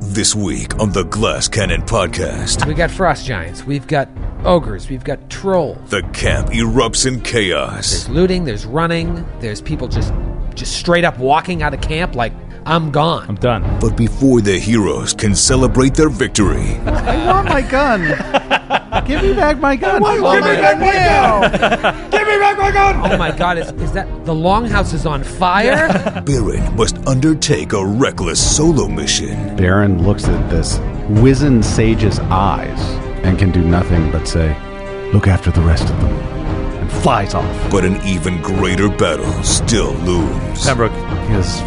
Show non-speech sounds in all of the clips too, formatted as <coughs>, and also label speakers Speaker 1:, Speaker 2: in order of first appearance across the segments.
Speaker 1: This week on the Glass Cannon Podcast,
Speaker 2: We got frost giants. We've got ogres. We've got trolls.
Speaker 1: the camp erupts in chaos.
Speaker 2: There's looting. There's running. There's people just just straight up walking out of camp like I'm gone.
Speaker 3: I'm done.
Speaker 1: But before the heroes can celebrate their victory,
Speaker 4: I want my gun. Give me back my gun.
Speaker 2: give me back
Speaker 4: my gun.
Speaker 2: oh my god! Is, is that the longhouse is on fire?
Speaker 1: Baron must undertake a reckless solo mission.
Speaker 5: Baron looks at this wizened sage's eyes and can do nothing but say, Look after the rest of them, and flies off.
Speaker 1: But an even greater battle still looms.
Speaker 3: Pembroke, his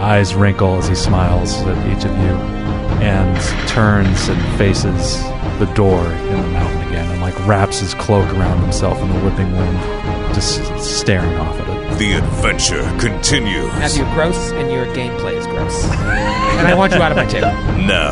Speaker 3: eyes wrinkle as he smiles at each of you and turns and faces the door in the mountain again and like wraps his cloak around himself in the whipping wind, just staring off at it.
Speaker 1: The adventure continues.
Speaker 2: Matthew, you're gross, and your gameplay is gross. and I want you out of my table.
Speaker 1: Now,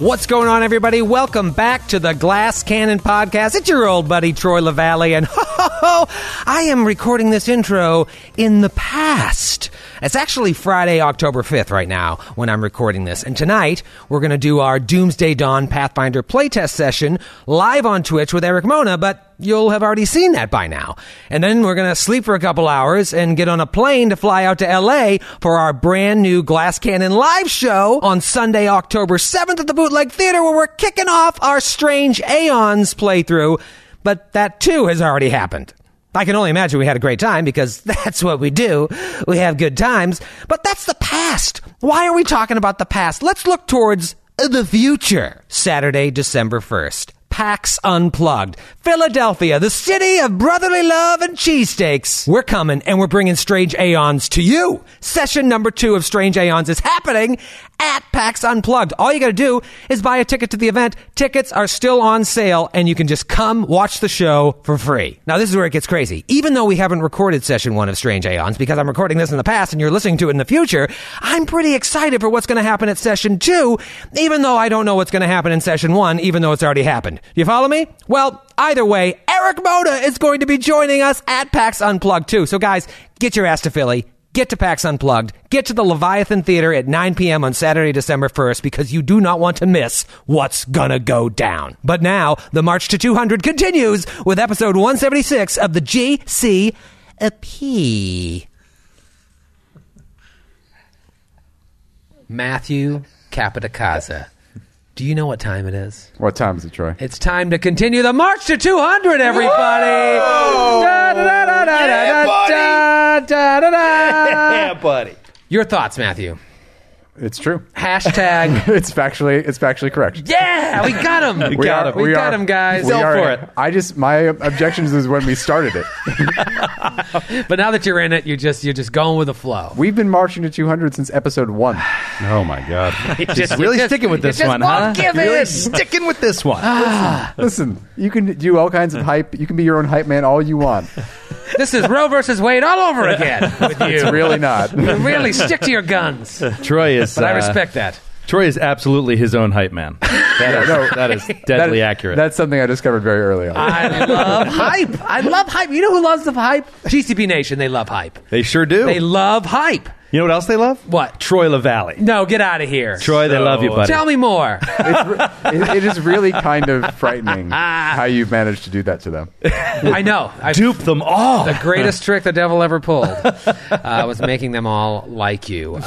Speaker 2: What's going on, everybody? Welcome back to the Glass Cannon Podcast. It's your old buddy Troy LaValle, and <laughs> ho, ho, ho, I am recording this intro in the past. It's actually Friday, October 5th, right now, when I'm recording this. And tonight, we're going to do our Doomsday Dawn Pathfinder playtest session live on Twitch with Eric Mona, but you'll have already seen that by now. And then we're going to sleep for a couple hours and get on a plane to fly out to LA for our brand new Glass Cannon live show on Sunday, October 7th at the Bootleg Theater where we're kicking off our Strange Aeons playthrough. But that too has already happened. I can only imagine we had a great time because <laughs> that's what we do. We have good times. But that's the past. Why are we talking about the past? Let's look towards the future. Saturday, December 1st. PAX Unplugged. Philadelphia, the city of brotherly love and cheesesteaks. We're coming and we're bringing Strange Aeons to you. Session number two of Strange Aeons is happening at PAX Unplugged. All you gotta do is buy a ticket to the event. Tickets are still on sale and you can just come watch the show for free. Now this is where it gets crazy. Even though we haven't recorded session one of Strange Aeons because I'm recording this in the past and you're listening to it in the future, I'm pretty excited for what's gonna happen at session two, even though I don't know what's gonna happen in session one, even though it's already happened. You follow me? Well, either way, Eric Moda is going to be joining us at PAX Unplugged too. So guys, get your ass to Philly. Get to PAX Unplugged. Get to the Leviathan Theater at 9 p.m. on Saturday, December 1st, because you do not want to miss what's gonna go down. But now, the March to 200 continues with episode 176 of the GCP. Matthew Capitacasa, do you know what time it is?
Speaker 6: What time is it, Troy?
Speaker 2: It's time to continue the march to 200, everybody. Da, da, da, da, da, da, da, da, da,
Speaker 6: <laughs>
Speaker 2: da.
Speaker 7: buddy.
Speaker 2: Your thoughts, Matthew.
Speaker 6: It's true.
Speaker 2: Hashtag.
Speaker 6: <laughs> It's factually it's factually correct.
Speaker 2: yeah, we got
Speaker 6: <laughs>
Speaker 2: him. We
Speaker 6: are-
Speaker 2: We, got
Speaker 6: are-
Speaker 2: him, guys.
Speaker 6: we are- I just my objections is when we started it.
Speaker 2: <laughs> But now that you're in it, you're just you're just going with the flow. <laughs>
Speaker 6: We've been marching to 200 since episode one.
Speaker 5: Oh my god.
Speaker 2: It just,
Speaker 3: really
Speaker 2: it just-
Speaker 3: sticking with
Speaker 2: it
Speaker 3: this
Speaker 2: just
Speaker 3: one,
Speaker 2: won't
Speaker 3: huh?
Speaker 2: Give
Speaker 3: Really
Speaker 2: in. Ah.
Speaker 3: Sticking with this one.
Speaker 6: Listen, you can do all kinds of hype. You can be your own hype man all you want.
Speaker 2: This is Roe versus Wade all over
Speaker 6: <laughs>
Speaker 2: again with you.
Speaker 6: Really not.
Speaker 2: really stick to your guns. But
Speaker 3: <laughs> Troy is uh,
Speaker 2: I respect that.
Speaker 3: Troy is absolutely his own hype man.
Speaker 2: <laughs>
Speaker 3: That is,
Speaker 6: no.
Speaker 3: that is
Speaker 6: That-
Speaker 3: deadly accurate. Ah.
Speaker 6: That's something I discovered very early on.
Speaker 2: I love hype. I love hype. You know who loves the hype? GCP Nation. They love hype.
Speaker 3: they sure do.
Speaker 2: They love hype.
Speaker 3: you know what else they love?
Speaker 2: What?
Speaker 3: Troy LaValle.
Speaker 2: No, get out of here.
Speaker 3: Troy, they love you, buddy.
Speaker 2: Tell me
Speaker 3: <laughs>
Speaker 2: more.
Speaker 6: It's re- it- it is really kind of frightening how you've managed to do that to them.
Speaker 2: I know. I,
Speaker 3: Dupe them all.
Speaker 2: the greatest trick the devil ever
Speaker 3: <laughs>
Speaker 2: pulled uh, was making them all like you.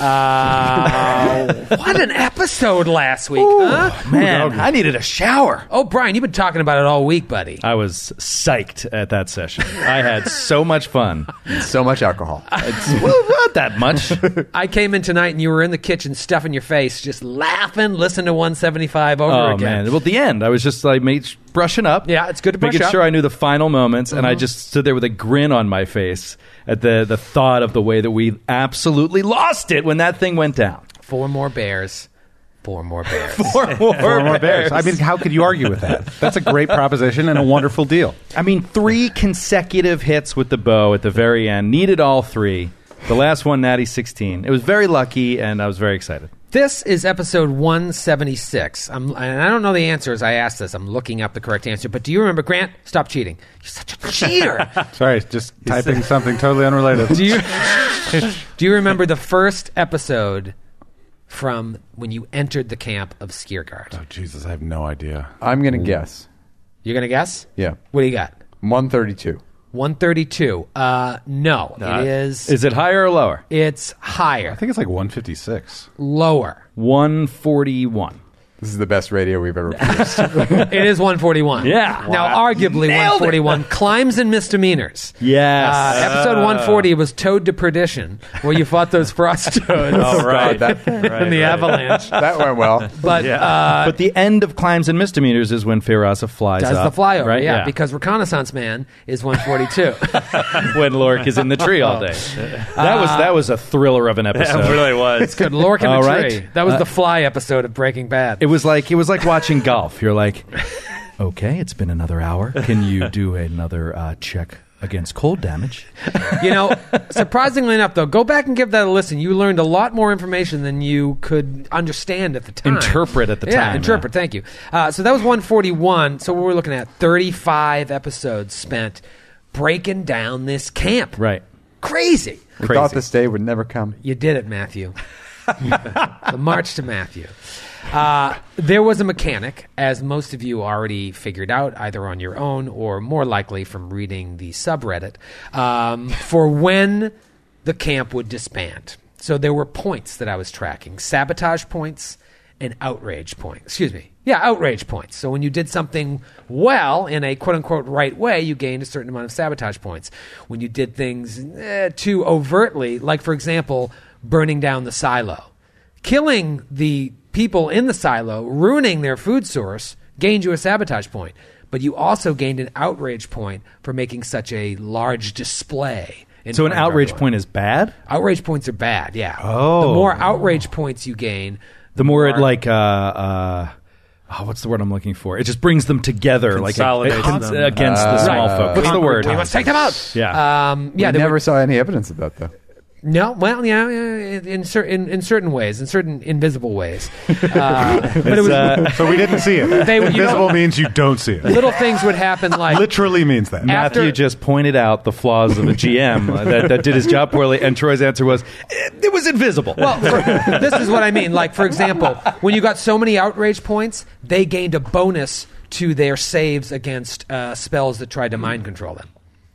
Speaker 2: Uh, what an episode last week, huh?
Speaker 3: Man, I needed a shower.
Speaker 2: Oh, Brian, you've been talking about it all week, buddy.
Speaker 3: I was psyched at that session. I had so
Speaker 2: <laughs>
Speaker 3: much fun.
Speaker 6: So much alcohol.
Speaker 3: well, not that much.
Speaker 2: I came in tonight and you were in the kitchen stuffing your face, just laughing, listening to 175 over
Speaker 3: Oh
Speaker 2: again.
Speaker 3: man! Well, at the end, I was just like made, brushing up.
Speaker 2: Yeah, it's good to brush
Speaker 3: making
Speaker 2: up. Mm-hmm.
Speaker 3: sure I knew the final moments, and I just stood there with a grin on my face at the the
Speaker 2: <laughs>
Speaker 3: thought of the way that we absolutely lost it when that thing went down.
Speaker 2: Four more bears, Four more bears.
Speaker 3: Four <laughs> more,
Speaker 8: More bears. I mean, how could you argue with that? That's a great proposition and a wonderful deal.
Speaker 3: I mean, three consecutive hits with the bow at the very end. Needed all three. The last one, Natty 16. It was very lucky, and I was very excited.
Speaker 2: This is episode 176. I'm, and I don't know the answer as I asked this. I'm looking up the correct answer. But do you remember, Grant? Stop cheating. You're such a cheater.
Speaker 8: Sorry, just typing something totally unrelated.
Speaker 2: do, you, do you remember the first episode from when you entered the camp of Skiergard?
Speaker 8: Oh, Jesus, I have no idea.
Speaker 6: I'm gonna guess.
Speaker 2: You're going to guess?
Speaker 6: Yeah,
Speaker 2: What do you got?
Speaker 6: 132.
Speaker 2: 132. Uh, no, it is.
Speaker 3: Is it higher or lower?
Speaker 2: It's higher,
Speaker 8: I think it's like 156.
Speaker 2: lower.
Speaker 3: 141.
Speaker 6: This is the best radio we've
Speaker 8: <laughs>
Speaker 6: ever produced.
Speaker 2: It is 141.
Speaker 3: Yeah.
Speaker 2: Now, arguably,
Speaker 3: <laughs>
Speaker 2: 141 climbs and misdemeanors.
Speaker 3: Yes.
Speaker 2: Uh, episode 140 was Toad to Perdition, where you fought those frost
Speaker 3: <laughs>
Speaker 2: toads
Speaker 3: Oh, right.
Speaker 6: that-
Speaker 3: Right,
Speaker 2: in the
Speaker 3: right. <laughs>
Speaker 2: avalanche.
Speaker 6: that went well.
Speaker 2: But uh,
Speaker 3: but the end of climbs and misdemeanors is when Ferasa flies
Speaker 2: does
Speaker 3: up,
Speaker 2: the flyover,
Speaker 3: right?
Speaker 2: yeah, because Reconnaissance Man is
Speaker 3: <laughs>
Speaker 2: 142.
Speaker 3: when Lork is in the tree all day. That was that was a thriller of an episode.
Speaker 9: was.
Speaker 2: Good Lork in the
Speaker 3: All
Speaker 2: tree.
Speaker 3: right. Uh,
Speaker 2: That was the fly episode of Breaking Bad.
Speaker 3: It was like it was like watching golf. You're <laughs> like, okay, it's been another hour. Can you do another uh, check against cold damage?
Speaker 2: you know, surprisingly enough, though, go back and give that a listen. You learned a lot more information than you could understand at the time.
Speaker 3: Interpret at the
Speaker 2: Yeah,
Speaker 3: time,
Speaker 2: interpret. Thank you. Uh, so that was 141. So we were looking at 35 episodes spent breaking down this camp.
Speaker 3: Right.
Speaker 2: Crazy.
Speaker 6: We thought this day would never come.
Speaker 2: You did it, Matthew. the march to Matthew. Uh, there was a mechanic, as most of you already figured out, either on your own or more likely from reading the subreddit, um, for when the camp would disband. So there were points that I was tracking sabotage points and outrage points. Excuse me. Yeah, outrage points. So when you did something well in a quote unquote right way, you gained a certain amount of sabotage points. When you did things eh, too overtly, like for example, burning down the silo, killing the people in the silo, ruining their food source, gained you a sabotage point. But you also gained an outrage point for making such a large display. in
Speaker 3: So an
Speaker 2: front of
Speaker 3: outrage
Speaker 2: everyone.
Speaker 3: point is bad.
Speaker 2: Outrage points are bad. Yeah.
Speaker 3: Oh.
Speaker 2: The more outrage points you gain,
Speaker 3: The more it like uh, uh, oh, what's the word I'm looking for? It just brings them together, like
Speaker 9: Consolidates
Speaker 3: it cons-
Speaker 9: them.
Speaker 3: against the small
Speaker 2: Right.
Speaker 3: folk. What's the word?
Speaker 2: We must take them out.
Speaker 3: Yeah.
Speaker 2: Um, yeah. there
Speaker 6: we never
Speaker 2: were-
Speaker 6: saw any evidence of that though.
Speaker 2: no. Well, yeah. yeah, In, cer- in in certain ways, in certain invisible
Speaker 3: <laughs>
Speaker 2: ways. Uh, but it was,
Speaker 8: <laughs> So we didn't see it.
Speaker 2: They- you
Speaker 8: Invisible
Speaker 2: know-
Speaker 8: means you don't see it.
Speaker 2: little things would happen like
Speaker 8: Literally means that.
Speaker 3: Matthew
Speaker 2: After-
Speaker 3: just pointed out the flaws of a GM that, that did his job poorly, and Troy's answer was, "Eh, "It was invisible."
Speaker 2: Well, for, this is what I mean. Like, for example, when you got so many outrage points, they gained a bonus to their saves against uh, spells that tried to mind control them.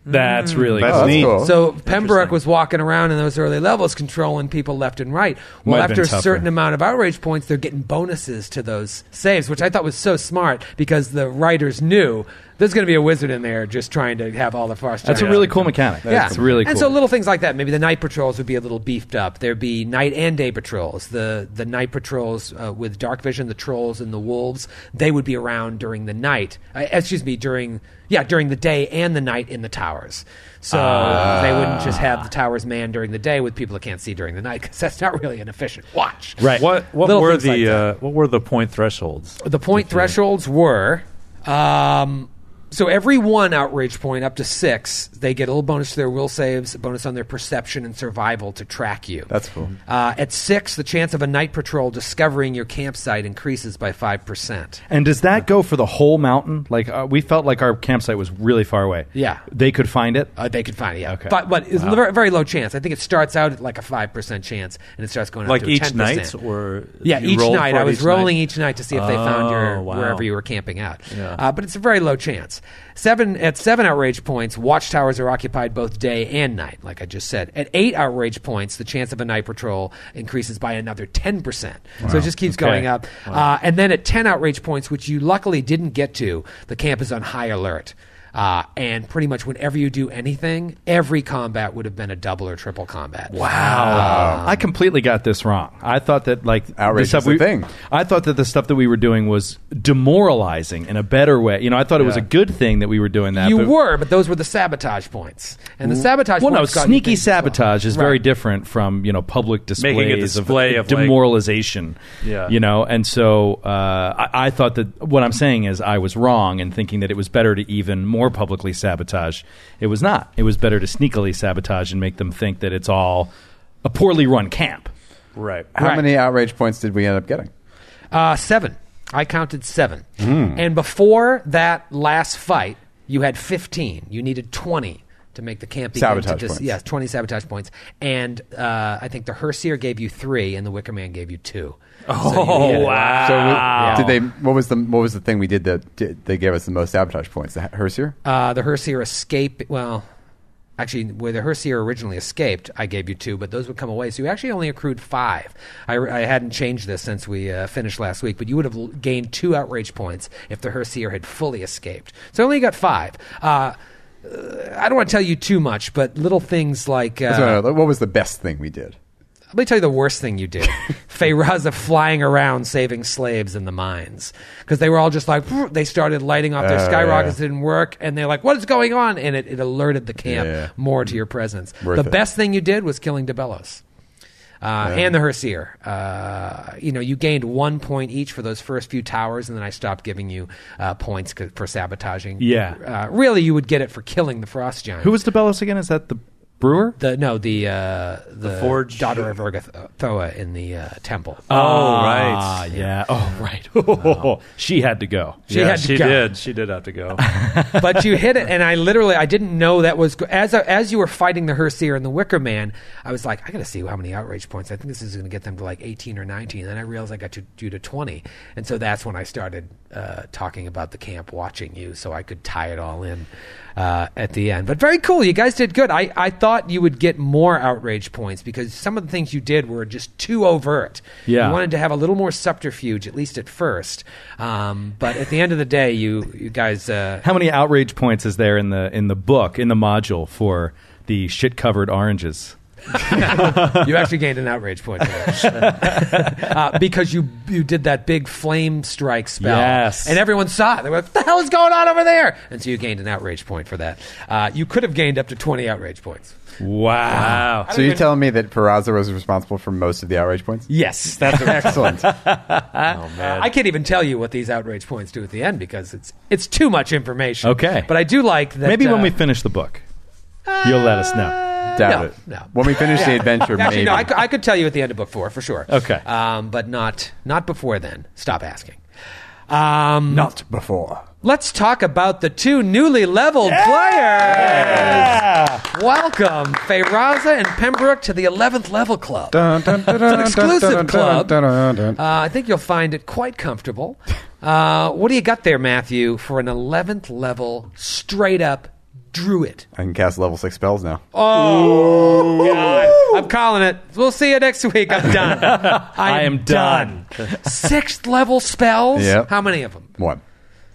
Speaker 3: that's
Speaker 9: Hmm.
Speaker 3: really
Speaker 8: That's
Speaker 3: cool.
Speaker 6: Oh, that's
Speaker 8: neat.
Speaker 6: cool.
Speaker 2: So Pembroke was walking around in those early levels, controlling people left and right. Well,
Speaker 3: Might have
Speaker 2: after
Speaker 3: been
Speaker 2: a
Speaker 3: tougher.
Speaker 2: certain amount of outrage points, they're getting bonuses to those saves, which I thought was so smart because the writers knew there's going to be a wizard in there just trying to have all the far.
Speaker 3: That's a really cool mechanic.
Speaker 2: yeah,
Speaker 3: it's really cool.
Speaker 2: And so little things like that. Maybe the night patrols would be a little beefed up. There'd be night and day patrols. The the night patrols uh, with dark vision, the trolls and the wolves, they would be around during the night. Uh, excuse me, during yeah, during the day and the night in the towers. So
Speaker 3: Ah.
Speaker 2: they wouldn't just have the towers manned during the day with people that can't see during the night because that's not really an efficient watch.
Speaker 3: Right.
Speaker 9: What what
Speaker 2: Little
Speaker 9: were
Speaker 2: things like
Speaker 9: the
Speaker 2: that.
Speaker 9: uh, what were the point thresholds?
Speaker 2: The point thresholds were um, so every one outrage point up to six, they get a little bonus to their will saves, a bonus on their perception and survival to track you.
Speaker 6: That's cool.
Speaker 2: Uh, at six, the chance of a night patrol discovering your campsite increases by 5%.
Speaker 3: And does that go for the whole mountain? Like uh, we felt like our campsite was really far away.
Speaker 2: Yeah.
Speaker 3: they could find it.
Speaker 2: Uh, they could find it, yeah.
Speaker 3: Okay.
Speaker 2: But, but it's a very, very low chance. I think it starts out at like a 5% chance and it starts going up
Speaker 9: Like
Speaker 2: to a
Speaker 9: each
Speaker 2: 10%.
Speaker 9: night or
Speaker 2: Yeah,
Speaker 9: you
Speaker 2: each
Speaker 9: rolled
Speaker 2: night
Speaker 9: for it
Speaker 2: I was
Speaker 9: each
Speaker 2: rolling
Speaker 9: night?
Speaker 2: each night to see if they found your
Speaker 9: Oh, wow.
Speaker 2: wherever you were camping out.
Speaker 9: Yeah.
Speaker 2: Uh, but it's a very low chance. Seven at seven outrage points, watchtowers are occupied both day and night, like I just said. At eight outrage points, the chance of a night patrol increases by another ten percent. So it just keeps going up. Uh, and then at ten outrage points, which you luckily didn't get to, the camp is on high alert. Uh, and pretty much whenever you do anything, every combat would have been a double or triple combat. Ah.
Speaker 3: Wow. Uh, I completely got this wrong. I thought that like the
Speaker 6: Outrage
Speaker 3: stuff
Speaker 6: is the
Speaker 3: we-
Speaker 6: thing.
Speaker 3: I thought that the stuff that we were doing was demoralizing in a better way. You know, I thought it was a
Speaker 6: Yeah.
Speaker 3: good thing that we were doing that.
Speaker 2: You
Speaker 3: but-
Speaker 2: were, but those were the sabotage points. And the sabotage
Speaker 3: Mm. Well, no,
Speaker 2: points. got you
Speaker 3: sneaky
Speaker 2: things as well.
Speaker 3: sabotage is
Speaker 2: Right.
Speaker 3: very different from you know public displays
Speaker 10: Making a display
Speaker 3: of,
Speaker 10: of, like-
Speaker 3: demoralization.
Speaker 10: Yeah.
Speaker 3: you know, and so uh, I, I thought that what I'm saying is I was wrong in thinking that it was better to even more publicly sabotage. It was not. It was better to sneakily sabotage and make them think that it's all a poorly run camp.
Speaker 10: Right.
Speaker 6: How many outrage points did we end up getting?
Speaker 2: Uh, seven. I counted seven.
Speaker 3: Hmm.
Speaker 2: And before that last fight, you had 15. You needed 20 to make the camp begin
Speaker 6: Sabotage
Speaker 2: to dis-
Speaker 6: points.
Speaker 2: Yes, 20 sabotage points. And uh, I think the Hersier gave you three, and the Wicker Man gave you two. Oh,
Speaker 6: So we- did they? What was the what was the thing we did that did, they gave us the most sabotage points? The Hersier?
Speaker 2: Uh, the Hersier escape. Well, actually, where the Hersier originally escaped, I gave you two, but those would come away. So you actually only accrued five. I, I hadn't changed this since we uh, finished last week, but you would have l- gained two outrage points if the Hersier had fully escaped. So I only got five. Uh, uh, I don't want to tell you too much, but little things like uh,
Speaker 6: So, uh, what was the best thing we did?
Speaker 2: let me tell you the worst thing
Speaker 6: <laughs>
Speaker 2: you did. Feyraza flying around saving slaves in the mines. Because they were all just like, "Phew," they started lighting off their
Speaker 6: Oh,
Speaker 2: skyrockets,
Speaker 6: yeah.
Speaker 2: didn't work, and they're like, what is going on? And it, it alerted the camp
Speaker 6: Yeah.
Speaker 2: more to your presence.
Speaker 6: Worth
Speaker 2: the
Speaker 6: it.
Speaker 2: best thing you did was killing DeBellos. Uh, And the Hersier. Uh, you know, you gained one point each for those first few towers, and then I stopped giving you uh, points c- for sabotaging.
Speaker 3: Yeah.
Speaker 2: Uh, really, you would get it for killing the Frost Giant.
Speaker 3: Who was DeBellos again? Is that the brewer?
Speaker 2: The no, the uh, the,
Speaker 10: forge-
Speaker 2: daughter of Urgathoa in the uh, temple.
Speaker 10: Oh,
Speaker 3: Ah,
Speaker 10: right.
Speaker 3: yeah. Oh,
Speaker 10: <laughs>
Speaker 3: right. <laughs> She had to go.
Speaker 2: She
Speaker 10: yeah,
Speaker 2: had to
Speaker 10: she
Speaker 2: go.
Speaker 10: did. She did have to go.
Speaker 2: but you hit it, and I literally I didn't know that was go- as I, as you were fighting the Hersier and the Wicker Man. I was like, I got to see how many outrage points. I think this is going to get them to like eighteen or nineteen. Then I realized I got to do to twenty, and so that's when I started uh, talking about the camp watching you, so I could tie it all in uh, at the end. But very cool, you guys did good. I I thought you would get more outrage points because some of the things you did were just too overt.
Speaker 3: Yeah.
Speaker 2: You wanted to have a little more subterfuge, at least at first. Um, but at the end of the day, you you guys. Uh,
Speaker 3: How many outrage points is there in the in the book in the module for the shit covered oranges?
Speaker 2: You actually gained an outrage point today.
Speaker 3: <laughs>
Speaker 2: uh, because you you did that big flame strike spell.
Speaker 3: Yes.
Speaker 2: And everyone saw it. They were like, what the hell is going on over there? And so you gained an outrage point for that. Uh, you could have gained up to 20 outrage points.
Speaker 3: Wow.
Speaker 6: So you're telling me that Peraza was responsible for most of the outrage points?
Speaker 2: Yes. <laughs> That's
Speaker 6: Excellent.
Speaker 2: I can't even tell you what these outrage points do at the end because it's it's too much information.
Speaker 3: Okay.
Speaker 2: But I do like that.
Speaker 3: Maybe when
Speaker 2: uh,
Speaker 3: we finish the book, you'll let us know.
Speaker 6: Doubt
Speaker 2: No,
Speaker 6: it.
Speaker 2: no.
Speaker 6: When we finish the adventure,
Speaker 2: Actually,
Speaker 6: maybe.
Speaker 2: no, I, cou- I could tell you at the end of book four for sure.
Speaker 3: Okay.
Speaker 2: Um, but not not before then. Stop asking. Um,
Speaker 6: Not before.
Speaker 2: Let's talk about the two newly leveled players. Welcome, Feyraza and Pembroke, to the 11th level club. It's an exclusive club. Uh, I think you'll find it quite comfortable. Uh, what do you got there, Matthew, for an 11th level straight up druid?
Speaker 6: I can cast level six spells now.
Speaker 2: Oh, I'm calling it. We'll see you next week. I'm done. I
Speaker 3: am done.
Speaker 2: Sixth level spells?
Speaker 6: Yep.
Speaker 2: How many of them?
Speaker 6: One.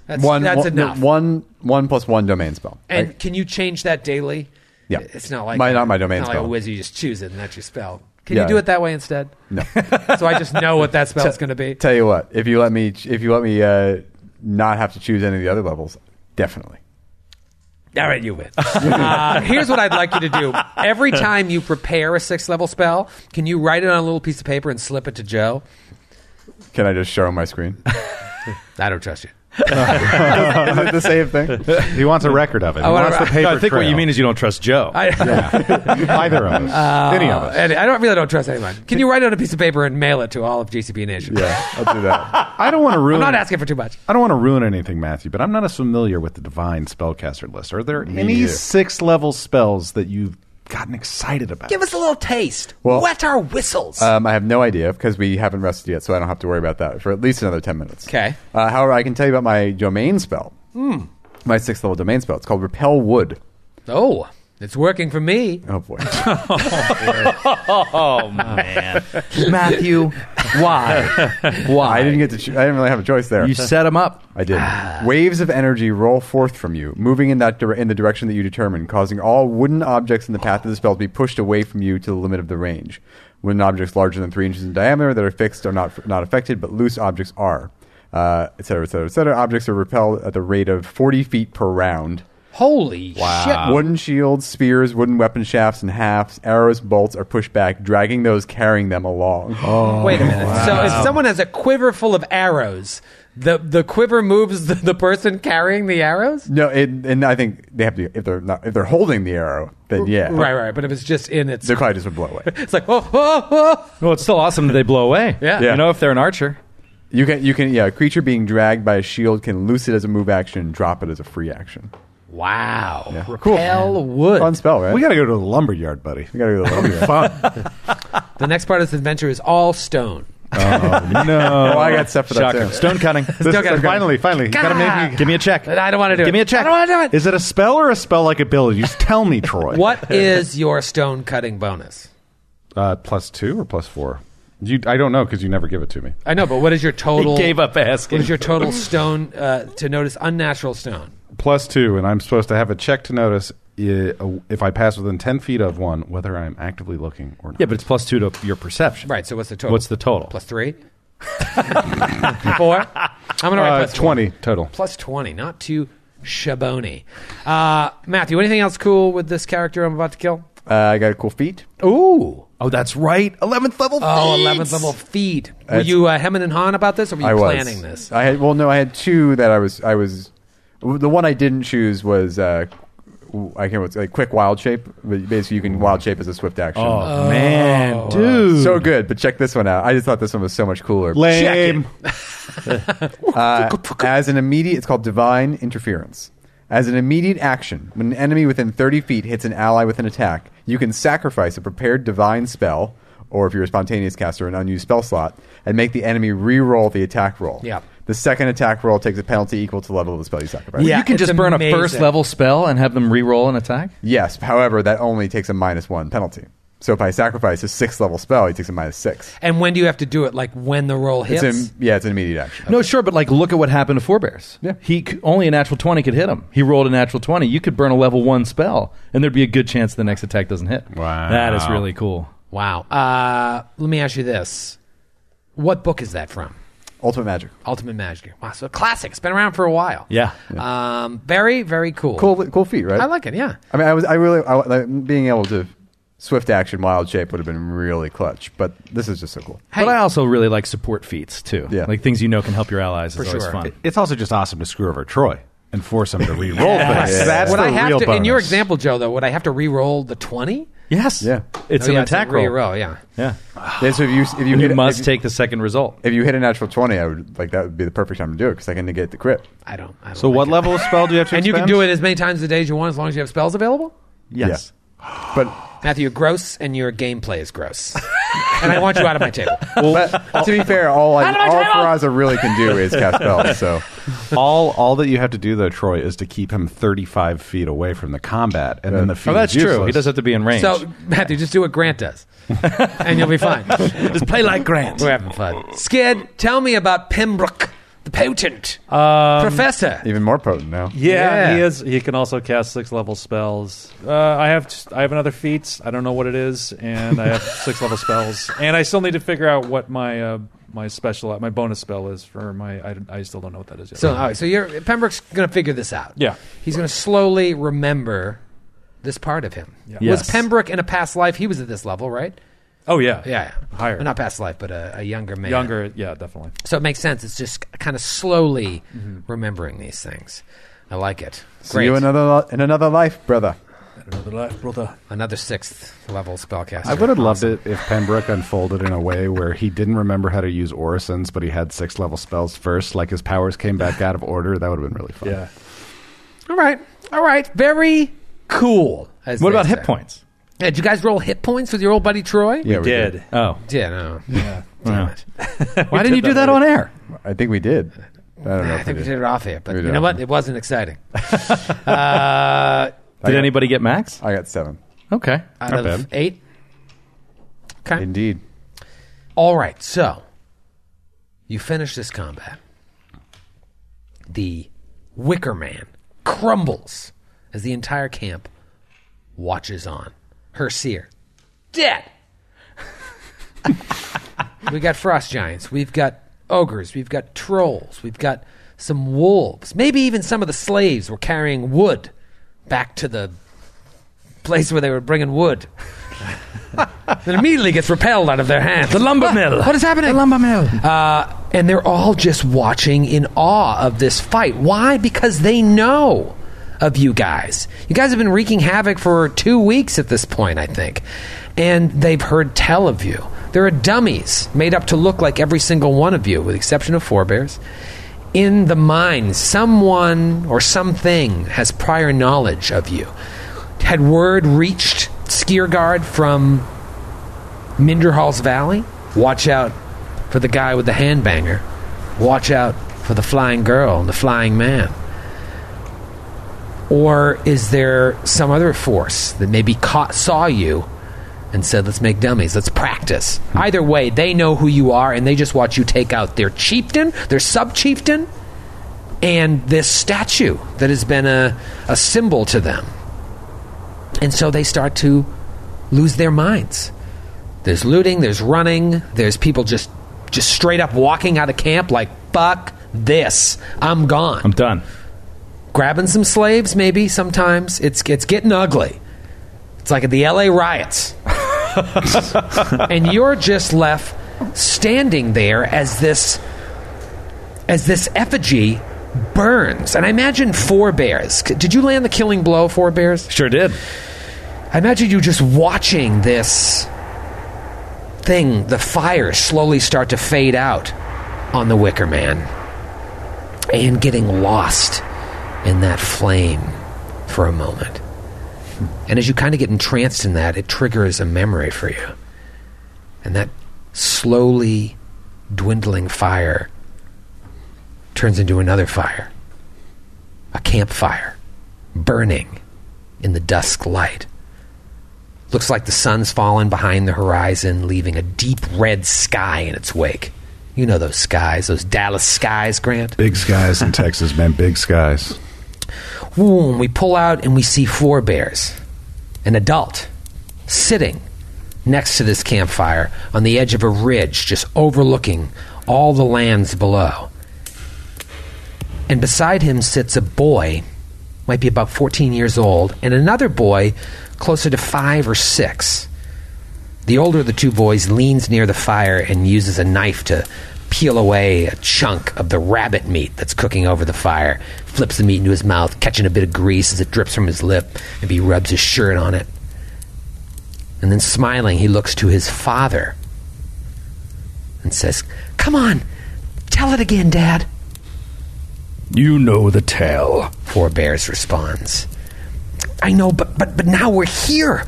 Speaker 2: That's,
Speaker 6: one.
Speaker 2: that's
Speaker 6: one,
Speaker 2: enough.
Speaker 6: One. One plus one domain spell.
Speaker 2: And
Speaker 6: I-
Speaker 2: can you change that daily?
Speaker 6: Yeah.
Speaker 2: It's not like
Speaker 6: My- not my domain
Speaker 2: it's not like a
Speaker 6: spell.
Speaker 2: whiz. You just choose it and that's your spell. Can
Speaker 6: Yeah.
Speaker 2: you do it that way instead?
Speaker 6: No. <laughs>
Speaker 2: <laughs> so I just know what that spell is going to be.
Speaker 6: tell you what, if you let me, if you let me uh, not have to choose any of the other levels, definitely.
Speaker 2: All right,
Speaker 6: <laughs>
Speaker 2: you win. uh, here's what I'd like you to do. Every time you prepare a sixth level spell, can you write it on a little piece of paper and slip it to Joe?
Speaker 6: Can I just show him my screen? <laughs> is
Speaker 2: I don't trust you.
Speaker 6: it the same thing?
Speaker 2: <laughs>
Speaker 8: He wants a record of it. He
Speaker 2: wanna-
Speaker 8: wants the paper
Speaker 3: I think what you
Speaker 8: trail.
Speaker 3: mean is you don't
Speaker 2: <laughs>
Speaker 3: trust Joe.
Speaker 2: I,
Speaker 8: either of us,
Speaker 2: uh,
Speaker 8: any
Speaker 2: <laughs>
Speaker 8: of us.
Speaker 2: and I don't really don't trust anyone. Can you write it on a piece of paper and mail it to all of GCP Nation?
Speaker 6: Yeah, I'll do that.
Speaker 8: I don't want to ruin.
Speaker 2: I'm not asking for too much.
Speaker 8: I don't want to ruin anything, Matthew, but I'm not as familiar with the divine spellcaster list. Are there any
Speaker 6: either.
Speaker 8: six level spells that you've gotten excited about?
Speaker 2: Give us a little taste.
Speaker 6: Well-
Speaker 2: Wet our whistles.
Speaker 6: Um, I have no idea because we haven't rested yet, so I don't have to worry about that for at least another ten minutes.
Speaker 2: Okay.
Speaker 6: Uh, however, I can tell you about my domain spell. My sixth level domain spell. It's called Repel Wood.
Speaker 2: oh, it's working for me.
Speaker 6: Oh boy.
Speaker 3: <laughs> Matthew, Why? Why?
Speaker 6: I didn't get to. Cho- I didn't really have a choice there.
Speaker 3: You set them up.
Speaker 6: I did. Waves of energy roll forth from you, moving in that dir- in the direction that you determine, causing all wooden objects in the path of the spell to be pushed away from you to the limit of the range. Wooden objects larger than three inches in diameter that are fixed are not not affected, but loose objects are. Uh, et cetera, et cetera, et cetera. Objects are repelled at the rate of 40 feet per round.
Speaker 2: Holy shit.
Speaker 6: Wooden shields, spears, wooden weapon shafts and halves, arrows, bolts are pushed back, dragging those carrying them along.
Speaker 2: Wait a minute. So if someone has a quiver full of arrows, the the quiver moves the, the person carrying the arrows?
Speaker 6: No, it, and I think they have to if they're not if they're holding the arrow, then yeah,
Speaker 2: Right, right. But if it's just in its
Speaker 6: The probably just would blow away.
Speaker 2: it's like oh, oh, oh.
Speaker 3: Well, it's still awesome that they blow away.
Speaker 2: Yeah.
Speaker 6: Yeah.
Speaker 3: You know, if they're an archer.
Speaker 6: <laughs> You can, you can, yeah. A creature being dragged by a shield can loose it as a move action, and drop it as a free action.
Speaker 2: Wow.
Speaker 6: Cool.
Speaker 2: Repel wood.
Speaker 6: Fun spell, right?
Speaker 5: We got to go to the lumberyard, buddy.
Speaker 6: We gotta go to the lumberyard.
Speaker 5: Fun.
Speaker 2: The next part of this adventure is all stone.
Speaker 5: oh, no.
Speaker 8: <laughs>
Speaker 6: Oh, I got stuff for that
Speaker 3: Shocker.
Speaker 6: too.
Speaker 3: Stone cutting.
Speaker 5: This- finally, finally. You gotta
Speaker 2: God.
Speaker 5: make me-
Speaker 3: Give me a check.
Speaker 2: But I don't want to do it.
Speaker 3: Give me a check.
Speaker 2: I don't want to do it.
Speaker 5: Is it a spell or a spell like ability? Just tell me, Troy.
Speaker 3: <laughs>
Speaker 2: What is your stone cutting bonus?
Speaker 5: Uh, plus two or plus four? You, I don't know because you never give it to me.
Speaker 2: I know, but what is your total?
Speaker 3: He gave up asking.
Speaker 2: What is your total stone uh, to notice unnatural stone?
Speaker 5: Plus two, and I'm supposed to have a check to notice i- uh, if I pass within ten feet of one, whether I'm actively looking or not.
Speaker 3: Yeah, but it's plus two to your perception.
Speaker 2: Right. So what's the total?
Speaker 3: What's the total?
Speaker 2: Plus three. <laughs> Four. I'm gonna write
Speaker 5: uh,
Speaker 2: plus four.
Speaker 5: twenty total.
Speaker 2: Plus twenty. Not too shabony. Uh, Matthew, anything else cool with this character I'm about to kill?
Speaker 6: Uh, I got a cool feat.
Speaker 2: Ooh.
Speaker 3: Oh, that's right. 11th level.
Speaker 2: Oh, 11th level feet. Were
Speaker 6: That's-
Speaker 2: you uh, hemming and hawing about this, or were you
Speaker 6: I was
Speaker 2: planning this?
Speaker 6: I had well, no, I had two that I was. I was. The one I didn't choose was. Uh, I can't. remember, It's like quick wild shape. But basically, you can wild shape as a swift action.
Speaker 3: Oh, man, dude.
Speaker 6: So good, but check this one out. I just thought this one was so much cooler.
Speaker 5: Lame.
Speaker 6: Uh, as an immediate, it's called divine interference. As an immediate action, when an enemy within 30 feet hits an ally with an attack, you can sacrifice a prepared divine spell, or if you're a spontaneous caster, an unused spell slot, and make the enemy re-roll the attack roll.
Speaker 2: Yeah.
Speaker 6: The second attack roll takes a penalty equal to the level of the spell you sacrifice.
Speaker 2: Yeah,
Speaker 3: you can
Speaker 2: it's
Speaker 3: just burn
Speaker 2: amazing.
Speaker 3: a first level spell and have them re-roll an attack.
Speaker 6: Yes, however, that only takes a minus one penalty. So if I sacrifice a sixth level spell, he takes a minus six.
Speaker 2: And when do you have to do it? Like when the roll hits?
Speaker 6: It's an, yeah, it's an immediate action.
Speaker 3: No, sure, but like, look at what happened to Forebears.
Speaker 6: Yeah.
Speaker 3: he c- only a natural twenty could hit him. He rolled a natural twenty. You could burn a level one spell, and there'd be a good chance the next attack doesn't hit.
Speaker 5: Wow.
Speaker 3: that is really cool.
Speaker 2: Wow. Uh, let me ask you this: What book is that from?
Speaker 6: Ultimate magic.
Speaker 2: Ultimate Magic. Wow, so classic. It's been around for a while.
Speaker 3: Yeah.
Speaker 2: Um, very, very cool.
Speaker 6: Cool, cool feat, right?
Speaker 2: I like it. Yeah.
Speaker 6: I mean, I was, I really, I, like, being able to swift action wild shape would have been really clutch, but this is just so cool.
Speaker 2: Hey.
Speaker 3: But I also really like support feats too.
Speaker 6: Yeah.
Speaker 3: like things you know can help your allies.
Speaker 2: For
Speaker 3: is always
Speaker 2: sure.
Speaker 3: fun.
Speaker 5: It's also just awesome to screw over Troy and force him to re-roll things. That's
Speaker 2: Would
Speaker 5: the
Speaker 2: I have
Speaker 5: real
Speaker 2: to, in your
Speaker 5: bonus.
Speaker 2: example, Joe? Though, would I have to re-roll the twenty?
Speaker 3: Yes,
Speaker 6: Yeah.
Speaker 3: it's
Speaker 2: Oh,
Speaker 3: an
Speaker 2: yeah,
Speaker 3: attack
Speaker 2: it's a
Speaker 3: roll.
Speaker 2: Re-roll. Yeah.
Speaker 3: Yeah,
Speaker 6: Yeah, so if you if you,
Speaker 3: you
Speaker 6: hit,
Speaker 3: must
Speaker 6: if,
Speaker 3: take the second result.
Speaker 6: if you hit a natural twenty, I would like that would be the perfect time to do it because I can negate the crit.
Speaker 2: I don't. I don't
Speaker 5: So
Speaker 2: like
Speaker 5: what
Speaker 2: it.
Speaker 5: level of spell do you have to?
Speaker 2: And you can do it as many times a day as you want, as long as you have spells available.
Speaker 3: Yes,
Speaker 6: But
Speaker 2: Matthew, you're gross, and your gameplay is <laughs> gross. and I want you out of my table.
Speaker 6: but to be fair, all I,
Speaker 2: Out of my
Speaker 6: all
Speaker 2: table!
Speaker 6: Faraza really can do is cast spells. So
Speaker 5: <laughs> all all that you have to do though, Troy, is to keep him 35 feet away from the combat, and then the feet
Speaker 3: oh, that's
Speaker 5: is
Speaker 3: true. He
Speaker 5: useless.
Speaker 3: does have to be in range.
Speaker 2: So, Matthew, just do what Grant does, and you'll be <laughs> fine.
Speaker 3: just play like Grant.
Speaker 2: We're having fun. Skid, tell me about Pembroke the Potent Um, Professor.
Speaker 6: even more potent now.
Speaker 8: Yeah,
Speaker 2: Yeah.
Speaker 8: he is. He can also cast six level spells. Uh, I have I have another feat. I don't know what it is, and I have six level spells, and I still need to figure out what my uh, my special my bonus spell is for my. I, I still don't know what that is yet.
Speaker 2: So, all right, so you're, Pembroke's going to figure this out.
Speaker 8: Yeah.
Speaker 2: he's going to slowly remember this part of him. Was
Speaker 3: Yes.
Speaker 2: Pembroke in a past life? He was at this level, right?
Speaker 8: oh yeah,
Speaker 2: Yeah, yeah.
Speaker 8: higher,
Speaker 2: Well, not past life, but a, a younger man.
Speaker 8: younger. Yeah, definitely.
Speaker 2: So it makes sense. It's just kind of slowly remembering these things. I like it.
Speaker 6: See
Speaker 2: Great.
Speaker 6: you in another li- in another life, brother.
Speaker 8: Another life, brother.
Speaker 2: Another sixth level spellcaster.
Speaker 5: I would have loved it if Pembroke unfolded in a way where he didn't remember how to use orisons, but he had six level spells first. Like his powers came back out of order. That would have been really fun.
Speaker 8: Yeah,
Speaker 2: All right. All right. Very cool. as
Speaker 3: What
Speaker 2: they
Speaker 3: about
Speaker 2: say.
Speaker 3: hit points?
Speaker 2: Yeah, did you guys roll hit points with your old buddy Troy?
Speaker 6: Yeah, we
Speaker 8: <laughs> dead.
Speaker 3: Oh,
Speaker 2: Yeah, no.
Speaker 3: Wow. Why didn't you do that on air?
Speaker 6: I think we did. I don't know.
Speaker 2: I
Speaker 6: If we
Speaker 2: think we
Speaker 6: did.
Speaker 2: did it off here, but
Speaker 6: We
Speaker 2: you
Speaker 6: did
Speaker 2: know
Speaker 6: it
Speaker 2: what?
Speaker 6: off.
Speaker 2: It wasn't exciting. uh,
Speaker 3: Did anybody get max?
Speaker 6: I got seven.
Speaker 3: Okay.
Speaker 2: out of eight. Okay.
Speaker 6: Indeed.
Speaker 2: All right. So You finish this combat. The Wicker Man crumbles as the entire camp watches on. Her seer, dead. <laughs> we got frost giants. We've got ogres. We've got trolls. We've got some wolves. Maybe even some of the slaves were carrying wood back to the place where they were bringing wood. <laughs> that immediately gets repelled out of their hands. The lumber mill. <laughs> What is happening? The lumber mill. Uh, and they're all just watching in awe of this fight. Why? Because they know of you guys. You guys have been wreaking havoc for two weeks at this point, I think. And they've heard tell of you. There are dummies made up to look like every single one of you, with the exception of forebears. In the mind, someone or something has prior knowledge of you. Had word reached Skiergard from Minderhall's Valley? Watch out for the guy with the handbanger. Watch out for the flying girl and the flying man. Or is there some other force that maybe caught, saw you and said, let's make dummies, let's practice? Either way, they know who you are and they just watch you take out their chieftain, their sub chieftain, and this statue that has been a, a symbol to them. And so they start to lose their minds. There's looting, there's running, there's people just just straight up walking out of camp like fuck this. I'm gone.
Speaker 3: I'm done.
Speaker 2: Grabbing some slaves maybe sometimes. It's it's getting ugly. It's like at the LA riots. and you're just left standing there as this as this effigy burns. And I imagine forebears. Did you land the killing blow, forebears?
Speaker 3: Sure did.
Speaker 2: I imagine you just watching this thing, the fire slowly start to fade out on the Wicker Man and getting lost in that flame for a moment. And as you kind of get entranced in that, it triggers a memory for you. And that slowly dwindling fire turns into another fire a campfire burning in the dusk light. Looks like the sun's fallen behind the horizon, leaving a deep red sky in its wake. You know those skies, those Dallas skies, Grant?
Speaker 5: Big skies in Texas, man. Big skies.
Speaker 2: Boom, we pull out and we see four bears, an adult, sitting next to this campfire on the edge of a ridge, just overlooking all the lands below. And beside him sits a boy, might be about 14 years old, and another boy closer to five or six. The older of the two boys leans near the fire and uses a knife to peel away a chunk of the rabbit meat that's cooking over the fire. Flips the meat into his mouth, catching a bit of grease as it drips from his lip. Maybe he rubs his shirt on it. And then smiling, he looks to his father and says, Come on, tell it again, Dad.
Speaker 11: You know the tale.
Speaker 2: Four Bears responds. I know, but, but, but now we're here,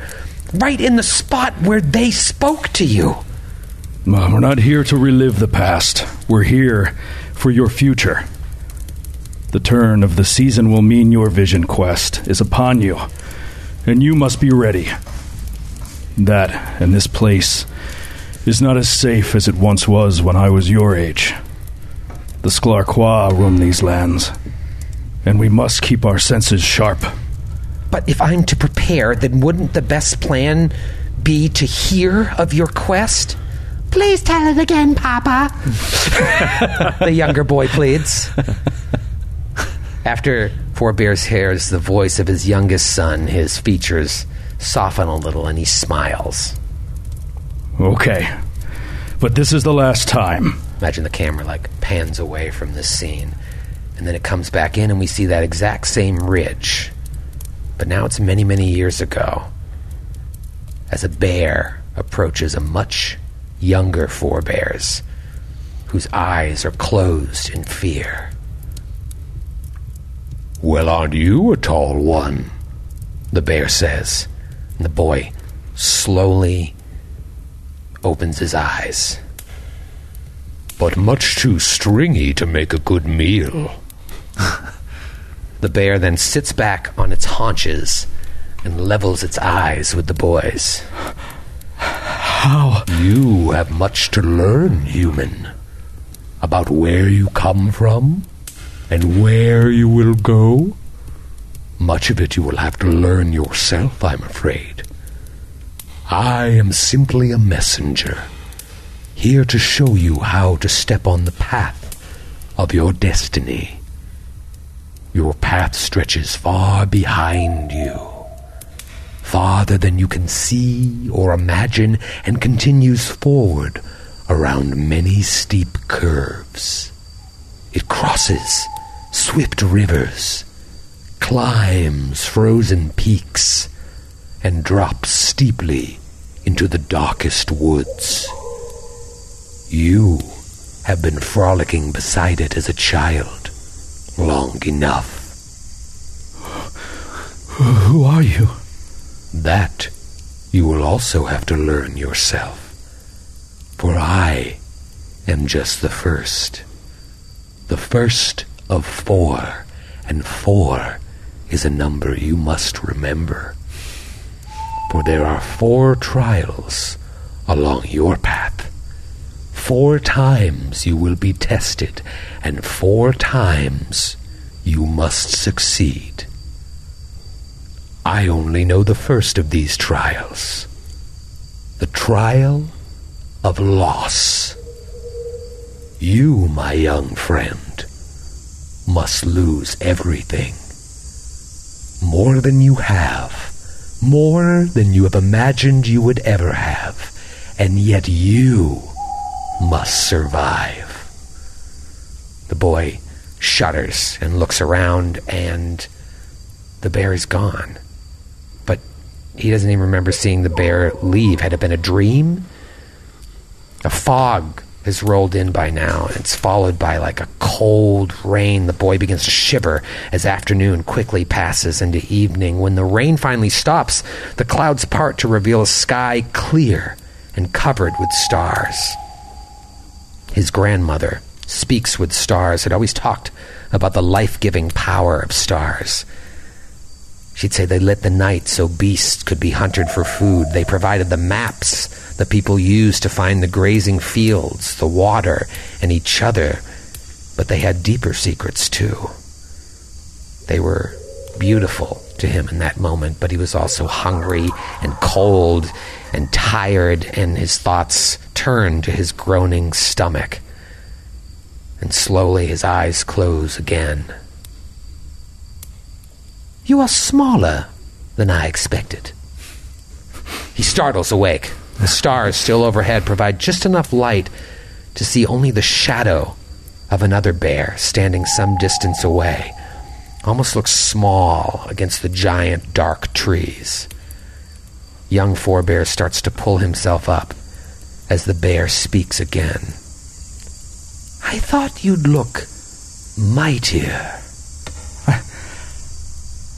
Speaker 2: right in the spot where they spoke to you.
Speaker 11: Mom, we're not here to relive the past. We're here for your future. The turn of the season will mean your vision quest is upon you, and you must be ready. That and this place is not as safe as it once was when I was your age. The Sklarqua roam these lands, and we must keep our senses sharp.
Speaker 2: But if I'm to prepare, then wouldn't the best plan be to hear of your quest?
Speaker 12: Please tell it again, Papa.
Speaker 2: The younger boy pleads. After Four Bears hears the voice of his youngest son, his features soften a little and he smiles.
Speaker 11: Okay. But this is the last time.
Speaker 2: Imagine the camera like pans away from this scene. And then it comes back in and we see that exact same ridge. But now it's many, many years ago. As a bear approaches a much younger four bears whose eyes are closed in fear. Well, aren't you a tall one? The bear says. And the boy slowly opens his eyes.
Speaker 11: But much too stringy to make a good meal.
Speaker 2: The bear then sits back on its haunches and levels its eyes with the boys. How? You have much to learn, human.
Speaker 13: about where you come from and where you will go? Much of it you will have to learn yourself, I'm afraid. I am simply a messenger, here to show you how to step on the path of your destiny. Your path stretches far behind you, farther than you can see or imagine, and continues forward around many steep curves. It crosses swift rivers, climbs frozen peaks, and drops steeply into the darkest woods. You have been frolicking beside it as a child long enough.
Speaker 11: Who are you?
Speaker 13: That you will also have to learn yourself, for I am just the first. The first of four, and four is a number you must remember. For there are four trials along your path. Four times you will be tested, and four times you must succeed. I only know the first of these trials the trial of loss. You, my young friend, must lose everything. More than you have, more than you have imagined you would ever have, and yet you must survive.
Speaker 2: The boy shudders and looks around, and the bear is gone. But he doesn't even remember seeing the bear leave. Had it been a dream? A fog has rolled in by now, and it's followed by like a cold rain. The boy begins to shiver as afternoon quickly passes into evening. When the rain finally stops, the clouds part to reveal a sky clear and covered with stars. His grandmother speaks with stars, had always talked about the life giving power of stars. She'd say they lit the night so beasts could be hunted for food. They provided the maps the people used to find the grazing fields, the water, and each other. But they had deeper secrets, too. They were beautiful to him in that moment, but he was also hungry and cold and tired, and his thoughts turned to his groaning stomach. And slowly his eyes close again. You are smaller than I expected. He startles awake. The stars still overhead provide just enough light to see only the shadow of another bear standing some distance away. Almost looks small against the giant dark trees. Young forebear starts to pull himself up as the bear speaks again. I thought you'd look mightier.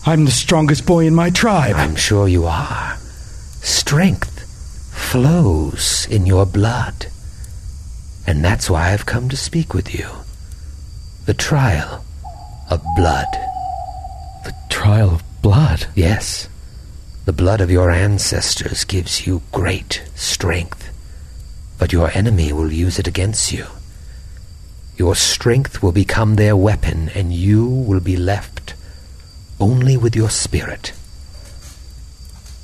Speaker 11: I'm the strongest boy in my tribe.
Speaker 13: I'm sure you are. Strength flows in your blood. And that's why I've come to speak with you. The trial of blood. The
Speaker 11: trial of blood?
Speaker 13: Yes. The blood of your ancestors gives you great strength. But your enemy will use it against you. Your strength will become their weapon, and you will be left only with your spirit.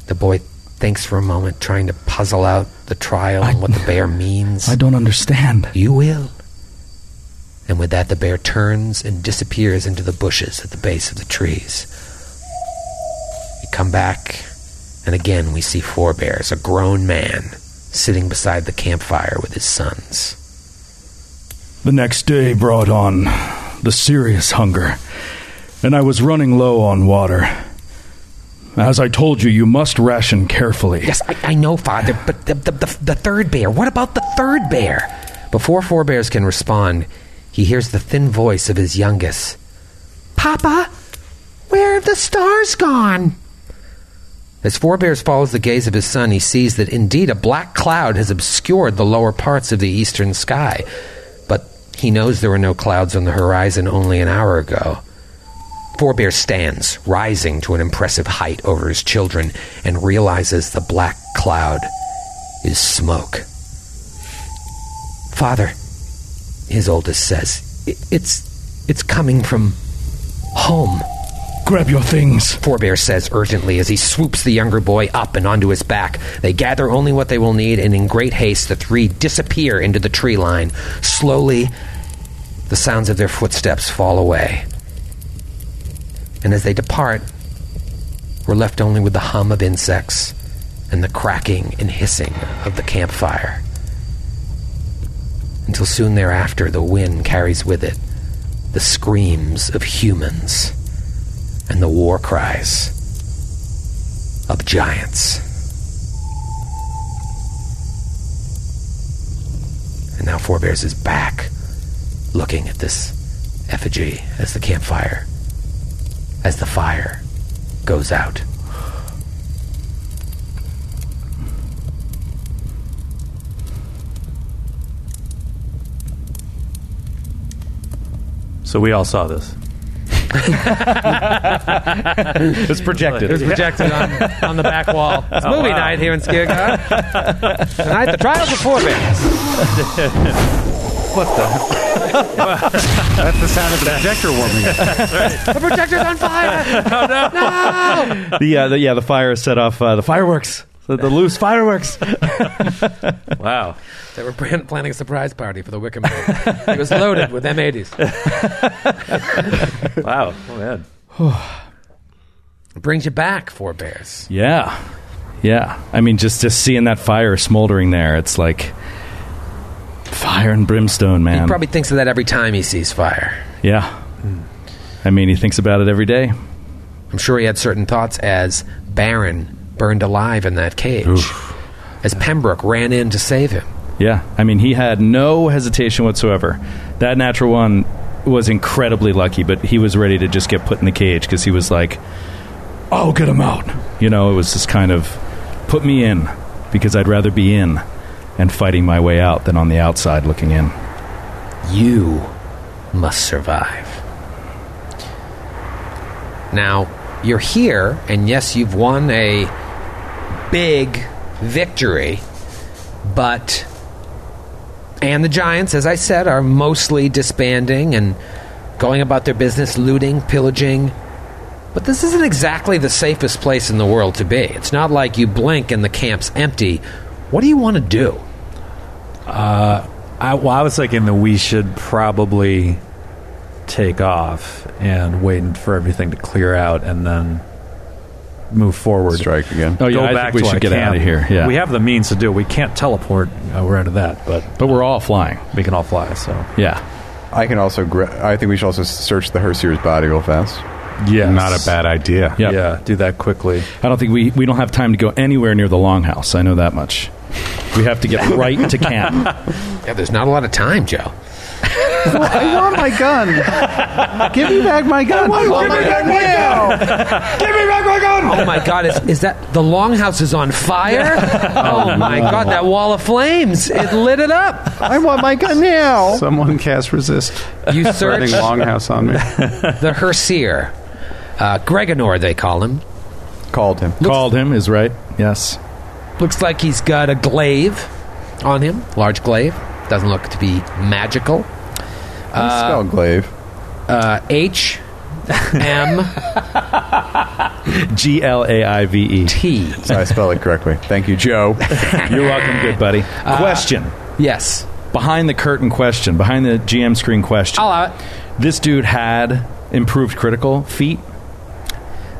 Speaker 2: The boy thinks for a moment, trying to puzzle out the trial and what the bear means.
Speaker 11: I don't understand.
Speaker 13: You will.
Speaker 2: And with that, the bear turns and disappears into the bushes at the base of the trees. We come back, and again we see four bears, a grown man, sitting beside the campfire with his sons.
Speaker 11: The next day brought on the serious hunger, and I was running low on water. As I told you, you must ration carefully.
Speaker 2: Yes, I, I know, Father, but the, the, the, the third bear, what about the third bear? Before Four Bears can respond, he hears the thin voice of his youngest.
Speaker 12: Papa, where have the stars gone?
Speaker 2: As Four Bears follows the gaze of his son, he sees that indeed a black cloud has obscured the lower parts of the eastern sky. But he knows there were no clouds on the horizon only an hour ago. Four Bear stands, rising to an impressive height over his children, and realizes the black cloud is smoke.
Speaker 12: Father,
Speaker 2: his oldest says. "I- It's it's coming from home.
Speaker 11: Grab your things.
Speaker 2: Forebear says urgently as he swoops the younger boy up and onto his back. They gather only what they will need, and in great haste, the three disappear into the tree line. Slowly, the sounds of their footsteps fall away. And as they depart, we're left only with the hum of insects and the cracking and hissing of the campfire. Until soon thereafter, the wind carries with it the screams of humans and the war cries of giants. And now Forebears is back, looking at this effigy as the campfire, as the fire goes out.
Speaker 14: So we all saw
Speaker 8: <laughs>
Speaker 14: this.
Speaker 15: it's
Speaker 8: <laughs>
Speaker 14: projected.
Speaker 15: It's projected on, on the back wall. <laughs> It's
Speaker 2: Oh,
Speaker 15: movie
Speaker 2: wow.
Speaker 15: night here in <laughs> Skirgar. Tonight, the trials of forebears.
Speaker 14: what the? That's the sound of the projector warming
Speaker 12: The projector's on fire!
Speaker 14: Oh, no.
Speaker 12: No!
Speaker 3: the, uh, the yeah, the fire set off uh, the fireworks. The, the loose fireworks.
Speaker 14: wow.
Speaker 2: They were plan- planning a surprise party for the Wickham. Man. it was loaded with M80s.
Speaker 14: <laughs> wow. Oh, man.
Speaker 2: <sighs> Brings you back, Forebears.
Speaker 3: <laughs> Yeah. Yeah. I mean, just, just seeing that fire smoldering there, it's like fire and brimstone, man.
Speaker 2: He probably Hmm. thinks of that every time he sees fire.
Speaker 3: yeah. I mean, he thinks about it every day.
Speaker 2: I'm sure he had certain thoughts as Baron burned alive in that cage, as Pembroke ran in to save him.
Speaker 3: Yeah. I mean, he had no hesitation whatsoever. That natural one was incredibly lucky, but he was ready to just get put in the cage because he was like, I'll get him out. You know, it was just kind of put me in because I'd rather be in and fighting my way out than on the outside looking in.
Speaker 2: You must survive. Now, you're here, and yes, you've won a big victory, but. And the Giants, as I said, are mostly disbanding and going about their business, looting, pillaging. But this isn't exactly the safest place in the world to be. It's not like you blink and the camp's empty. What do you want to do?
Speaker 14: Uh, I, well, I was thinking that we should probably take off and wait for everything to clear out and then move forward.
Speaker 6: Strike again.
Speaker 14: Oh, yeah,
Speaker 3: Go
Speaker 14: I
Speaker 3: back
Speaker 14: think we
Speaker 3: to
Speaker 14: should
Speaker 3: our
Speaker 14: get
Speaker 3: camp.
Speaker 14: out of here. Yeah.
Speaker 3: We
Speaker 14: have the means to do it. We can't teleport. Uh, we're out of that, but
Speaker 3: but we're all flying.
Speaker 14: We can all fly. So
Speaker 3: yeah,
Speaker 6: I can also. Gra- I think we should also search the Herseer's body real fast.
Speaker 14: Yeah,
Speaker 3: Not a bad
Speaker 6: idea.
Speaker 3: Yep.
Speaker 14: Yeah, do that quickly.
Speaker 3: I don't think we, we don't have time to go anywhere near the longhouse. I know that much. We have to get
Speaker 14: <laughs>
Speaker 3: right to camp.
Speaker 2: Yeah, there's not a lot of time, Joe.
Speaker 4: I want my gun. Give me back my gun.
Speaker 12: want my gun
Speaker 4: now. Give me back my gun.
Speaker 2: Oh my God! Is, is that the longhouse is on fire? <laughs> Oh my
Speaker 5: no.
Speaker 2: God! That wall of flames! It lit it up.
Speaker 4: I want my gun now.
Speaker 5: Someone cast resist.
Speaker 3: <laughs>
Speaker 2: You
Speaker 5: Threatening
Speaker 2: search
Speaker 5: longhouse on me.
Speaker 2: the Herseer, uh, Greganor, they call him.
Speaker 6: Called him.
Speaker 3: Called him is right. Yes.
Speaker 2: Looks like he's got a glaive on him, large glaive. Doesn't look to be magical. Uh,
Speaker 6: spell glaive.
Speaker 2: Uh, H M
Speaker 3: G L A I V E
Speaker 2: T.
Speaker 3: <laughs>
Speaker 6: So I spell it correctly. Thank
Speaker 2: <laughs>
Speaker 6: you, Joe.
Speaker 3: You're welcome, good buddy. question.
Speaker 2: Yes.
Speaker 3: Behind the curtain question, behind the GM screen question. I'll
Speaker 2: allow it.
Speaker 3: This dude had improved critical feat.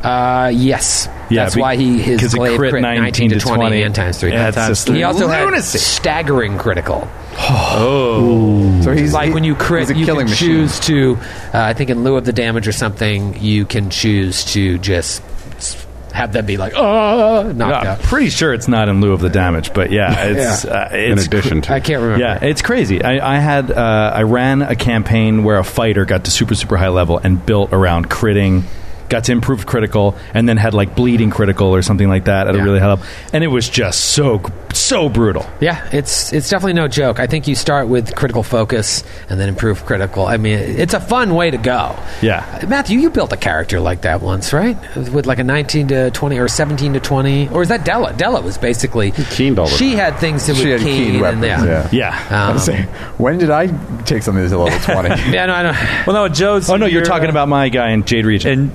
Speaker 2: Uh, yes.
Speaker 3: Yeah,
Speaker 2: That's
Speaker 3: be-
Speaker 2: why he his
Speaker 3: 'cause it
Speaker 2: glaive
Speaker 3: crit
Speaker 2: crit 19, to 20, and times 3.
Speaker 3: Yeah, it's just
Speaker 2: he also
Speaker 3: lunacy.
Speaker 2: had staggering critical.
Speaker 3: Oh.
Speaker 6: So he's
Speaker 2: like when you crit,
Speaker 6: he's a
Speaker 2: you
Speaker 6: killing
Speaker 2: can
Speaker 6: machine.
Speaker 2: choose to. Uh, I think in lieu of the damage or something, you can choose to just s- have them be like, oh, knocked
Speaker 3: Yeah,
Speaker 2: out.
Speaker 3: pretty sure it's not in lieu of the damage, but yeah, it's,
Speaker 2: Yeah.
Speaker 3: Uh,
Speaker 2: In
Speaker 3: it's
Speaker 2: addition to. I can't remember.
Speaker 3: Yeah, it's crazy. I, I had uh, I ran a campaign where a fighter got to super super high level and built around critting, got to improved critical, and then had like bleeding critical or something like that at a really high level. And it was just so so brutal.
Speaker 2: Yeah, it's it's definitely no joke. I think you start with critical focus and then improve critical. I mean, it's a fun way to go.
Speaker 3: Yeah.
Speaker 2: Matthew, you built a character like that once, right? With like a 19 to 20 or 17 to 20, or is that Della? Della was basically keen.
Speaker 6: all the
Speaker 2: She
Speaker 6: time.
Speaker 2: had things that
Speaker 6: She
Speaker 2: were
Speaker 6: had keen
Speaker 2: keen, and
Speaker 6: weapons,
Speaker 2: yeah,
Speaker 3: yeah.
Speaker 6: <laughs> I was saying, when did I take something that's a level twenty?
Speaker 2: <laughs> yeah, no, I know.
Speaker 3: Well, no, Joe's. Oh no, you're
Speaker 2: you're,
Speaker 3: talking
Speaker 2: uh,
Speaker 3: about my guy in Jade Region.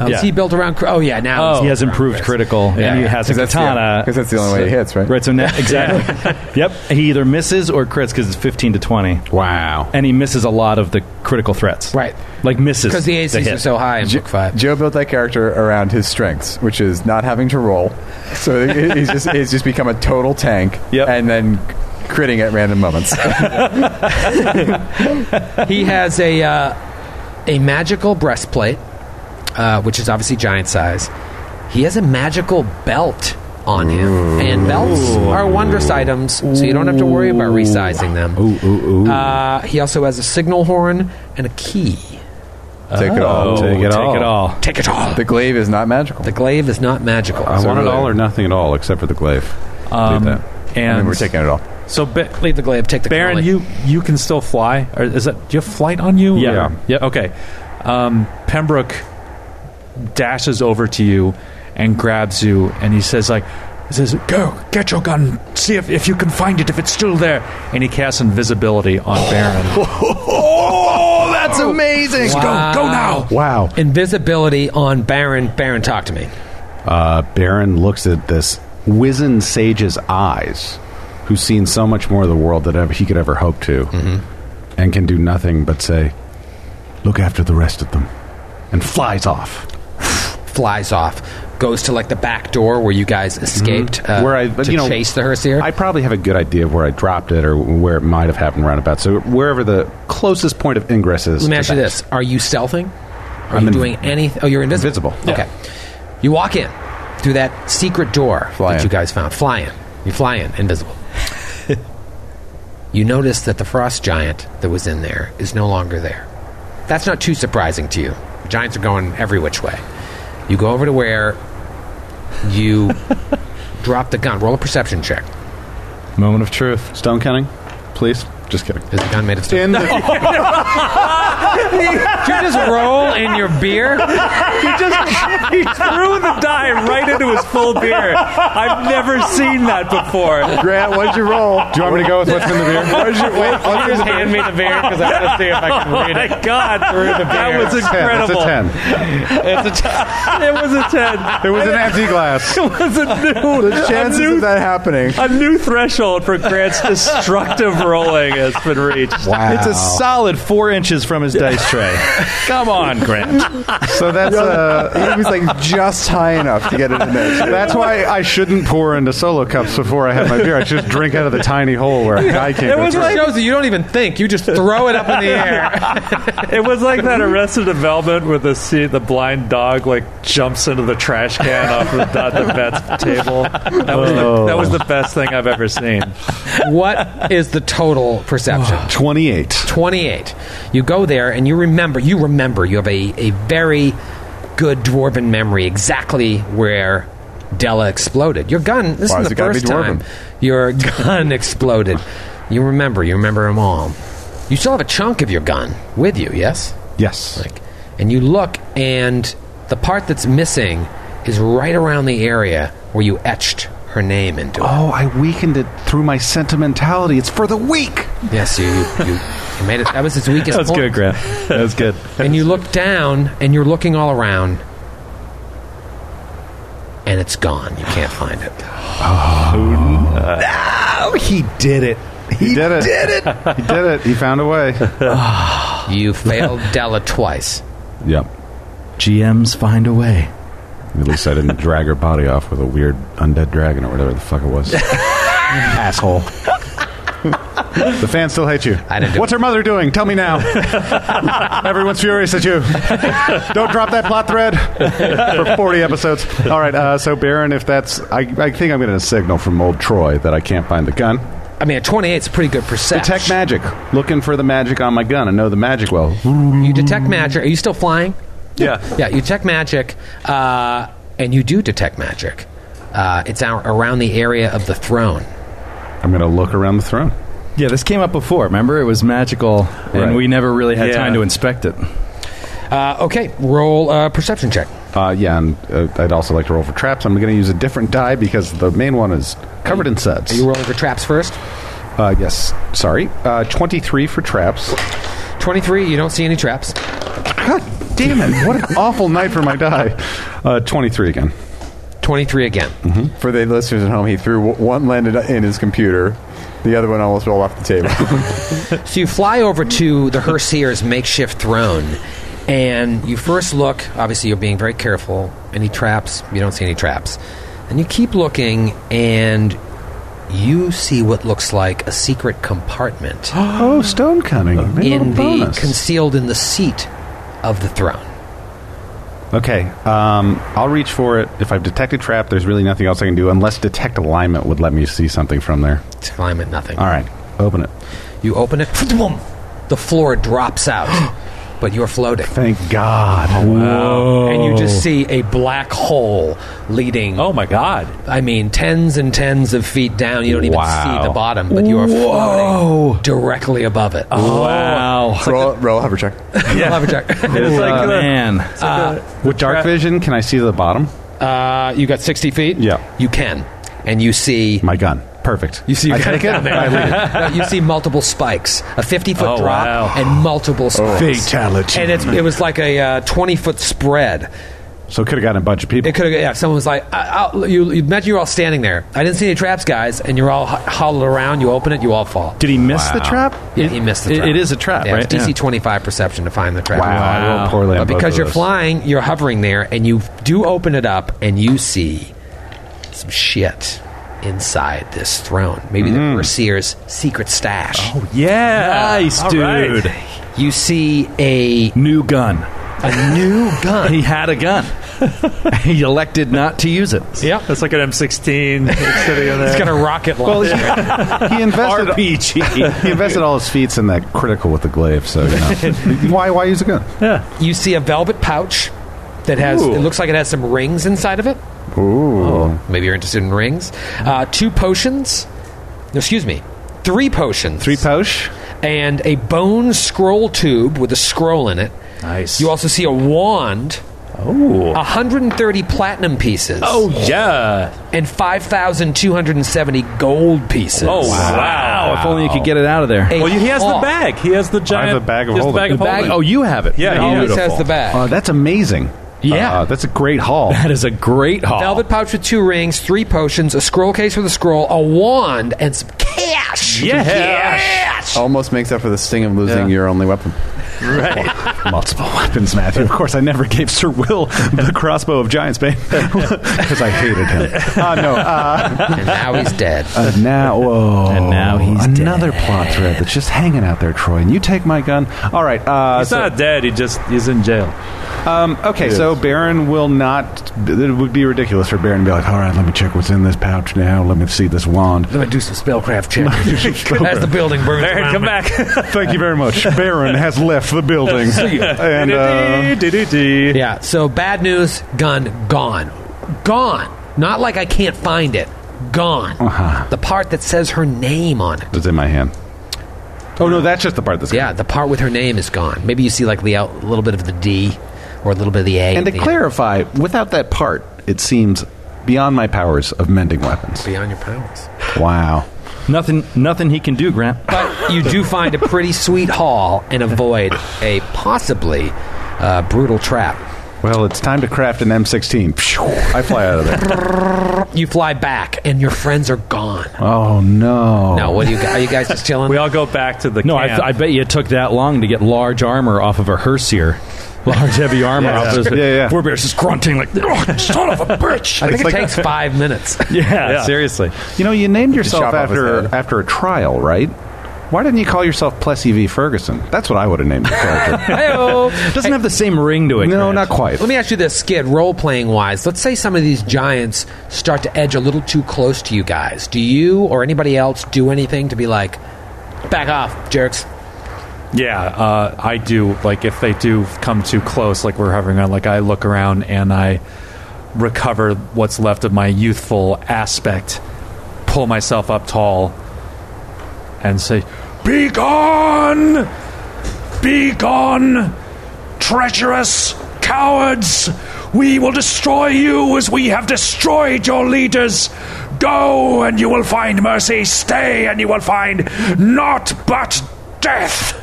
Speaker 2: Oh, is he built around? cri- Oh yeah, now it's
Speaker 3: he has
Speaker 2: built around
Speaker 3: improved critical, and he has a
Speaker 6: 'Cause that's the-
Speaker 3: katana.
Speaker 6: 'cause that's the only way it hits, right?
Speaker 3: Right. So now, exactly. <laughs> yep. He either misses or crits because it's fifteen to twenty.
Speaker 5: Wow.
Speaker 3: And he misses a lot of the critical threats.
Speaker 2: Right.
Speaker 3: Like misses
Speaker 2: because the
Speaker 3: the
Speaker 2: ACs
Speaker 3: hit.
Speaker 2: are so high in
Speaker 6: Jo-
Speaker 2: book five.
Speaker 6: Joe built that character around his strengths, which is not having to roll. So <laughs> he- he's just he's just become a total tank, and then critting at
Speaker 2: <laughs>
Speaker 6: random moments.
Speaker 2: he has a uh, a magical breastplate, uh, which is obviously giant size. He has a magical belt on him, and belts are wondrous items, so you don't have to worry about resizing them.
Speaker 5: Ooh, ooh, ooh.
Speaker 2: Uh, he also has a signal horn and a key.
Speaker 6: Take it all.
Speaker 5: Oh, Take it take all. it all.
Speaker 2: Take it all.
Speaker 6: The glaive is not magical.
Speaker 2: The glaive is not magical.
Speaker 5: I want it all or nothing at all, except for the glaive.
Speaker 8: Um,
Speaker 5: Leave that.
Speaker 8: and-
Speaker 6: we're taking it all.
Speaker 8: So, ba-
Speaker 2: Leave the glaive. Take the
Speaker 8: Baron,
Speaker 2: cannoli.
Speaker 8: you you can still fly. Or is that do you have flight on you?
Speaker 3: Yeah.
Speaker 8: Or-
Speaker 3: Yeah.
Speaker 8: Okay. Um, Pembroke dashes over to you and grabs you, and he says like. He says, "Go get your gun. See if, if you can find it. If it's still there." And he casts invisibility on Baron.
Speaker 12: Oh, that's amazing.
Speaker 5: Wow.
Speaker 2: Invisibility on Baron. Baron, talk to me.
Speaker 5: Uh, Baron looks at this wizened sage's eyes, who's seen so much more of the world than ever, he could ever hope to, and can do nothing but say, Look after the rest of them, and flies off.
Speaker 2: Flies off, goes to like the back door where you guys escaped. Uh,
Speaker 5: Mm-hmm. where I,
Speaker 2: to
Speaker 5: you know,
Speaker 2: chase the hearse here.
Speaker 5: I probably have a good idea of where I dropped it or where it might have happened round about. So wherever the closest point of ingress is.
Speaker 2: Let me
Speaker 5: to
Speaker 2: ask you
Speaker 5: that.
Speaker 2: this: Are you stealthing? Are
Speaker 5: I'm
Speaker 2: you
Speaker 5: in-
Speaker 2: doing anything? Oh, you're invisible.
Speaker 5: Invisible.
Speaker 2: Okay. You walk in through that secret door that you guys found. Fly in. You fly in, invisible. you notice that the frost giant that was in there is no longer there. That's not too surprising to you. Giants are going every which way. You go over to where
Speaker 5: <laughs>
Speaker 2: you drop the gun. Roll a perception check.
Speaker 5: Moment of truth. Stone counting, please. Just kidding.
Speaker 2: Is the gun made of stone?
Speaker 5: <laughs>
Speaker 2: Did you just roll in your beer?
Speaker 5: <laughs>
Speaker 12: he just he threw the die right into his full beer.
Speaker 8: I've never seen that before.
Speaker 6: Grant, what'd you roll?
Speaker 5: Do you want me to go with what's in the beer?
Speaker 6: What'd you, wait, what's in the beer?
Speaker 12: Hand me the beer because I want to see if I
Speaker 3: Oh
Speaker 12: can read it.
Speaker 8: My God, that was
Speaker 5: It's a
Speaker 8: incredible.
Speaker 5: 10.
Speaker 8: It's a ten. it was a ten.
Speaker 5: It was an empty
Speaker 6: <laughs>
Speaker 5: glass.
Speaker 8: It was a new.
Speaker 6: The chances
Speaker 8: a new,
Speaker 6: of that happening.
Speaker 8: a new threshold for Grant's destructive rolling has been reached.
Speaker 5: Wow.
Speaker 3: It's a solid four inches from his dice tray. <laughs> Come on, Grant.
Speaker 5: so that's uh,
Speaker 6: He was like just high enough to get it in there.
Speaker 5: that's why I shouldn't pour into solo cups before I have my beer. I should just drink out of the tiny hole where a guy can't go
Speaker 2: It
Speaker 5: through.
Speaker 2: shows that you don't even think. You just throw it up in the air.
Speaker 8: It was like that Arrested Development where the see, the blind dog like jumps into the trash can off the, the vet's table. That was,
Speaker 3: Oh.
Speaker 8: the, that was the best thing I've ever seen.
Speaker 2: what is the total perception?
Speaker 5: 28.
Speaker 2: 28. You go there and you remember, you remember, you have a, a very good dwarven memory exactly where Della exploded. Your gun, this
Speaker 6: Why
Speaker 2: is
Speaker 6: has
Speaker 2: the
Speaker 6: it gotta be
Speaker 2: first time
Speaker 6: dwarven?
Speaker 2: your <laughs> gun exploded. You remember, you remember them all. You still have a chunk of your gun with you, yes?
Speaker 5: Yes.
Speaker 2: Like, and you look, and the part that's missing is right around the area where you etched her name into it.
Speaker 5: Oh, I weakened it through my sentimentality. It's for the weak.
Speaker 2: Yes, you, you, you, you made it. That was its weakest
Speaker 3: Oh. <laughs> That was
Speaker 2: point.
Speaker 3: good, Grant. That was good.
Speaker 2: and you look down and you're looking all around and it's gone you can't find it
Speaker 5: Oh, he did it. He, did it. Did it. <laughs> he did it. He found a way.
Speaker 3: <laughs>
Speaker 2: you failed della twice
Speaker 5: Yep.
Speaker 3: GMs find a way.
Speaker 5: At least I didn't drag her body off with a weird undead dragon or whatever the fuck it was. Asshole. the fans still hate you.
Speaker 2: I didn't do
Speaker 5: What's her mother doing? Tell me now. Everyone's furious at you. Don't drop that plot thread for 40 episodes. All right, uh, so Baron, if that's. I, I think I'm getting a signal from old Troy that I can't find the gun.
Speaker 2: i mean a 28 is a pretty good perception
Speaker 5: Detect magic. Looking for the magic on my gun. I know the magic well.
Speaker 2: you detect magic are you still flying
Speaker 14: Yeah.
Speaker 2: yeah, you check magic, uh, and you do detect magic. Uh, it's out around the area of the throne.
Speaker 5: I'm going to look around the throne.
Speaker 3: Yeah, this came up before. Remember, it was magical,
Speaker 5: Right.
Speaker 3: and we never really had
Speaker 5: Yeah.
Speaker 3: time to inspect it.
Speaker 2: Uh, okay, roll a perception check.
Speaker 5: Uh, yeah, and uh, I'd also like to roll for traps. I'm going to use a different die because the main one is covered in suds. Are you
Speaker 2: rolling for traps first?
Speaker 5: Uh, yes. Sorry. Uh, 23 for traps.
Speaker 2: 23, you don't see any traps.
Speaker 5: God damn it. What an <laughs> awful night for my die. Uh, 23 again.
Speaker 2: 23 again.
Speaker 5: Mm-hmm.
Speaker 6: For the listeners at home, he threw w- one landed in his computer, the other one almost rolled off the table.
Speaker 2: <laughs> so you fly over to the Herseer's makeshift throne, and you first look. Obviously, you're being very careful. Any traps? You don't see any traps. And you keep looking, and you see what looks like a secret
Speaker 5: <gasps>
Speaker 2: compartment
Speaker 5: Oh, stone cunning. Maybe a
Speaker 2: in the
Speaker 5: bonus.
Speaker 2: concealed in the seat of the throne.
Speaker 5: Okay, um, I'll reach for it. If I've detected trap, there's really nothing else I can do unless detect alignment would let me see something from there.
Speaker 2: Alignment, nothing.
Speaker 5: All right, open it.
Speaker 2: You open it, boom, the floor drops
Speaker 5: <gasps>
Speaker 2: out, but you're floating.
Speaker 5: Thank God!
Speaker 2: Wow. Um, And you just see a black hole leading. Oh
Speaker 3: my God!
Speaker 2: I mean, tens and tens of feet down. You don't even
Speaker 6: Wow.
Speaker 2: see the bottom, but you are floating directly above it.
Speaker 3: Wow.
Speaker 6: Roll, roll a hover check.
Speaker 2: Yeah. Love check.
Speaker 8: uh,
Speaker 5: like the-
Speaker 3: Oh, man.
Speaker 5: With dark vision, can I see the bottom?
Speaker 2: Uh, you got 60 feet?
Speaker 5: Yeah.
Speaker 2: You can. And you see.
Speaker 5: My gun. Perfect.
Speaker 2: You see,
Speaker 5: I take it. I leave it.
Speaker 2: No, you see multiple spikes, a fifty-foot
Speaker 5: Oh,
Speaker 2: drop,
Speaker 5: wow.
Speaker 2: and multiple spikes.
Speaker 5: Fatality.
Speaker 2: And it's, it was like a twenty-foot spread.
Speaker 5: So it could have gotten a bunch of people.
Speaker 2: It could have. Yeah, someone was like, I, I, you, you imagine you're all standing there. I didn't see any traps, guys, and you're all ho- huddled around. You open it, you all fall.
Speaker 3: Did he miss the trap?
Speaker 2: Yeah, he missed the
Speaker 3: It-
Speaker 2: trap.
Speaker 3: it is a trap,
Speaker 2: yeah,
Speaker 3: right?
Speaker 2: It's DC
Speaker 3: Yeah.
Speaker 2: 25 perception to find the trap.
Speaker 5: Wow, I rolled poorly on
Speaker 2: But
Speaker 5: both
Speaker 2: because
Speaker 5: of
Speaker 2: you're
Speaker 5: those.
Speaker 2: flying, you're hovering there, and you do open it up, and you see some shit inside this throne. Maybe the Overseer's secret stash. Oh
Speaker 3: yeah, nice, All right. dude.
Speaker 2: You see a
Speaker 3: new gun.
Speaker 2: A new
Speaker 3: <laughs>
Speaker 2: gun.
Speaker 3: he had a
Speaker 5: <laughs>
Speaker 3: gun. he elected not to use it.
Speaker 2: Yeah,
Speaker 8: <laughs> that's like an M16. It's sitting in there.
Speaker 3: It's got a rocket
Speaker 5: Well, he, <laughs>
Speaker 2: <laughs>
Speaker 5: he invested
Speaker 3: RPG.
Speaker 5: He invested all his feats in that critical with the glaive, so you
Speaker 2: <laughs>
Speaker 5: know. why why use a gun?
Speaker 3: Yeah.
Speaker 2: You see a velvet pouch that has.
Speaker 5: Ooh.
Speaker 2: It looks like it has some rings inside of it. Oh,
Speaker 5: Ooh.
Speaker 2: Maybe you're interested in rings. Uh, two potions. No, excuse me. Three potions. Three
Speaker 5: posh.
Speaker 2: And a bone scroll tube with a scroll in it.
Speaker 3: Nice.
Speaker 2: You also see a wand.
Speaker 3: Oh.
Speaker 2: 130 platinum pieces.
Speaker 3: Oh, yeah.
Speaker 2: And 5,270 gold pieces.
Speaker 3: Oh wow. If only you could get it out of there.
Speaker 2: A
Speaker 3: well, he has
Speaker 8: Oh.
Speaker 2: hawk.
Speaker 3: the bag. He has the giant. he has the bag of
Speaker 5: The bag-
Speaker 3: holding.
Speaker 5: oh,
Speaker 3: you have it. Yeah,
Speaker 5: he
Speaker 3: always has the
Speaker 2: bag.
Speaker 5: Oh, that's amazing.
Speaker 3: Yeah.
Speaker 5: Uh, that's a
Speaker 2: <laughs>
Speaker 5: great haul.
Speaker 3: That is a great haul.
Speaker 2: Velvet pouch with two rings, three potions, a scroll case with a scroll, a wand, and some cash.
Speaker 6: Almost makes up for the sting of losing your only weapon.
Speaker 5: Right. <laughs> Multiple weapons, Matthew. Of course, I never gave Sir Will the crossbow of Giants <laughs> Bane because I hated him. Uh, no. Uh,
Speaker 2: and now he's dead.
Speaker 5: Uh, <laughs> now, whoa.
Speaker 3: And now he's
Speaker 5: another plot thread that's just hanging out there, Troy. And you take my gun. All right. Uh,
Speaker 8: He's
Speaker 5: so-
Speaker 8: not dead. He just he's in jail.
Speaker 5: Um, okay,
Speaker 8: Yes.
Speaker 5: so Baron will not. It would be ridiculous for Baron to be like, "All right, let me check what's in this pouch now. Let me see this wand."
Speaker 2: Let me do some spellcraft check. As the building burns around me.
Speaker 5: <laughs> Thank you very <laughs> much. Baron has left the <laughs> building.
Speaker 2: See ya.
Speaker 5: And uh,
Speaker 2: Yeah, so bad news, gun gone. Gone. Not like I can't find it. Gone. The part that says her name on it.
Speaker 5: it's in my hand. Oh no, that's just the part that's
Speaker 2: Yeah, the part with her name is gone. Maybe you see like the out, a little bit of the D or a little bit of the A.
Speaker 5: And
Speaker 2: at
Speaker 5: to
Speaker 2: the end.
Speaker 5: clarify, without that part, it seems beyond my powers of mending weapons.
Speaker 2: Beyond your powers.
Speaker 5: Wow.
Speaker 3: Nothing. Nothing he can do, Grant.
Speaker 2: But you do find a pretty sweet haul and avoid a possibly uh, brutal trap.
Speaker 5: Well, it's time to craft an M16. Phew, I fly out of
Speaker 6: <laughs>
Speaker 5: there.
Speaker 2: You fly back, and your friends are gone.
Speaker 5: Oh no!
Speaker 2: No, what do you? Are you guys just chilling?
Speaker 8: <laughs> I'll go back to the.
Speaker 3: No,
Speaker 8: camp.
Speaker 3: I, I bet you it took that long to get large armor off of a Hersier. Large heavy armor
Speaker 5: <laughs> Yeah,
Speaker 3: off
Speaker 5: that's
Speaker 3: of
Speaker 5: true. Yeah, yeah.
Speaker 3: Four bears just grunting like, oh, son of a
Speaker 5: <laughs>
Speaker 3: bitch.
Speaker 2: I think
Speaker 5: It's
Speaker 2: it
Speaker 5: like-
Speaker 2: takes five
Speaker 6: <laughs>
Speaker 2: minutes.
Speaker 3: Yeah,
Speaker 5: Yeah.
Speaker 3: seriously.
Speaker 5: You know, you named yourself
Speaker 6: chop off his
Speaker 5: after
Speaker 6: head.
Speaker 5: after a trial, right? Why didn't you call yourself Plessy v. Ferguson? That's what I would have named your
Speaker 6: <laughs>
Speaker 5: character.
Speaker 2: Hey-o.
Speaker 3: Doesn't have the same ring to it.
Speaker 5: no,
Speaker 3: Grant.
Speaker 5: not quite.
Speaker 2: Let me ask you this, Skid, role playing wise. Let's say some of these giants start to edge a little too close to you
Speaker 6: <laughs>
Speaker 2: guys. Do you or anybody else do anything to be like, back off, jerks?
Speaker 14: Yeah, uh, I do. Like if they do come too close, like we're hovering on, like I look around and I recover what's left of my youthful aspect, pull myself up tall, and say,
Speaker 12: Be gone! Be gone! Treacherous cowards! We will destroy you as we have destroyed your leaders! Go and you will find mercy! Stay and you will find naught but death!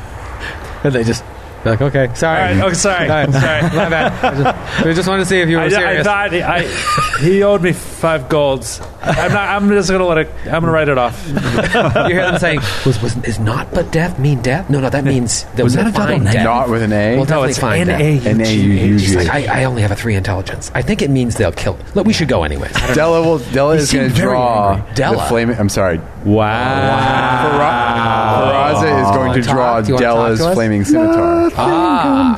Speaker 2: And they just they're like, okay, sorry.
Speaker 12: All right, oh, sorry,
Speaker 2: All right,
Speaker 12: sorry.
Speaker 2: My bad. I just, we just wanted to see if you were
Speaker 14: I, I
Speaker 2: serious.
Speaker 14: thought I, he owed me five golds. I'm not. I'm just gonna let it. I'm gonna write it off.
Speaker 2: you hear them saying, was, was, is not but death mean death? No, no, that means there was,
Speaker 6: Was that
Speaker 2: a
Speaker 6: a double
Speaker 2: fine
Speaker 6: negative?
Speaker 2: death.
Speaker 6: Not with an
Speaker 2: Well,
Speaker 6: A? No,
Speaker 2: definitely
Speaker 6: it's
Speaker 2: fine
Speaker 6: N
Speaker 2: death.
Speaker 6: A N A U U G.
Speaker 2: She's like, I, I only have a three intelligence. I think it means they'll kill. Look, we should go anyways. I don't
Speaker 6: Della
Speaker 2: know.
Speaker 6: will. Della
Speaker 2: You
Speaker 6: is
Speaker 2: seem
Speaker 6: going to
Speaker 2: very
Speaker 6: draw
Speaker 2: angry. Della.
Speaker 6: the flame. I'm sorry. Wow. Faraza is going to
Speaker 2: Talk?
Speaker 6: draw
Speaker 2: Ah. Oh, Do you wanna talk
Speaker 6: Della's
Speaker 2: to us?
Speaker 6: flaming scimitar.
Speaker 2: Ah.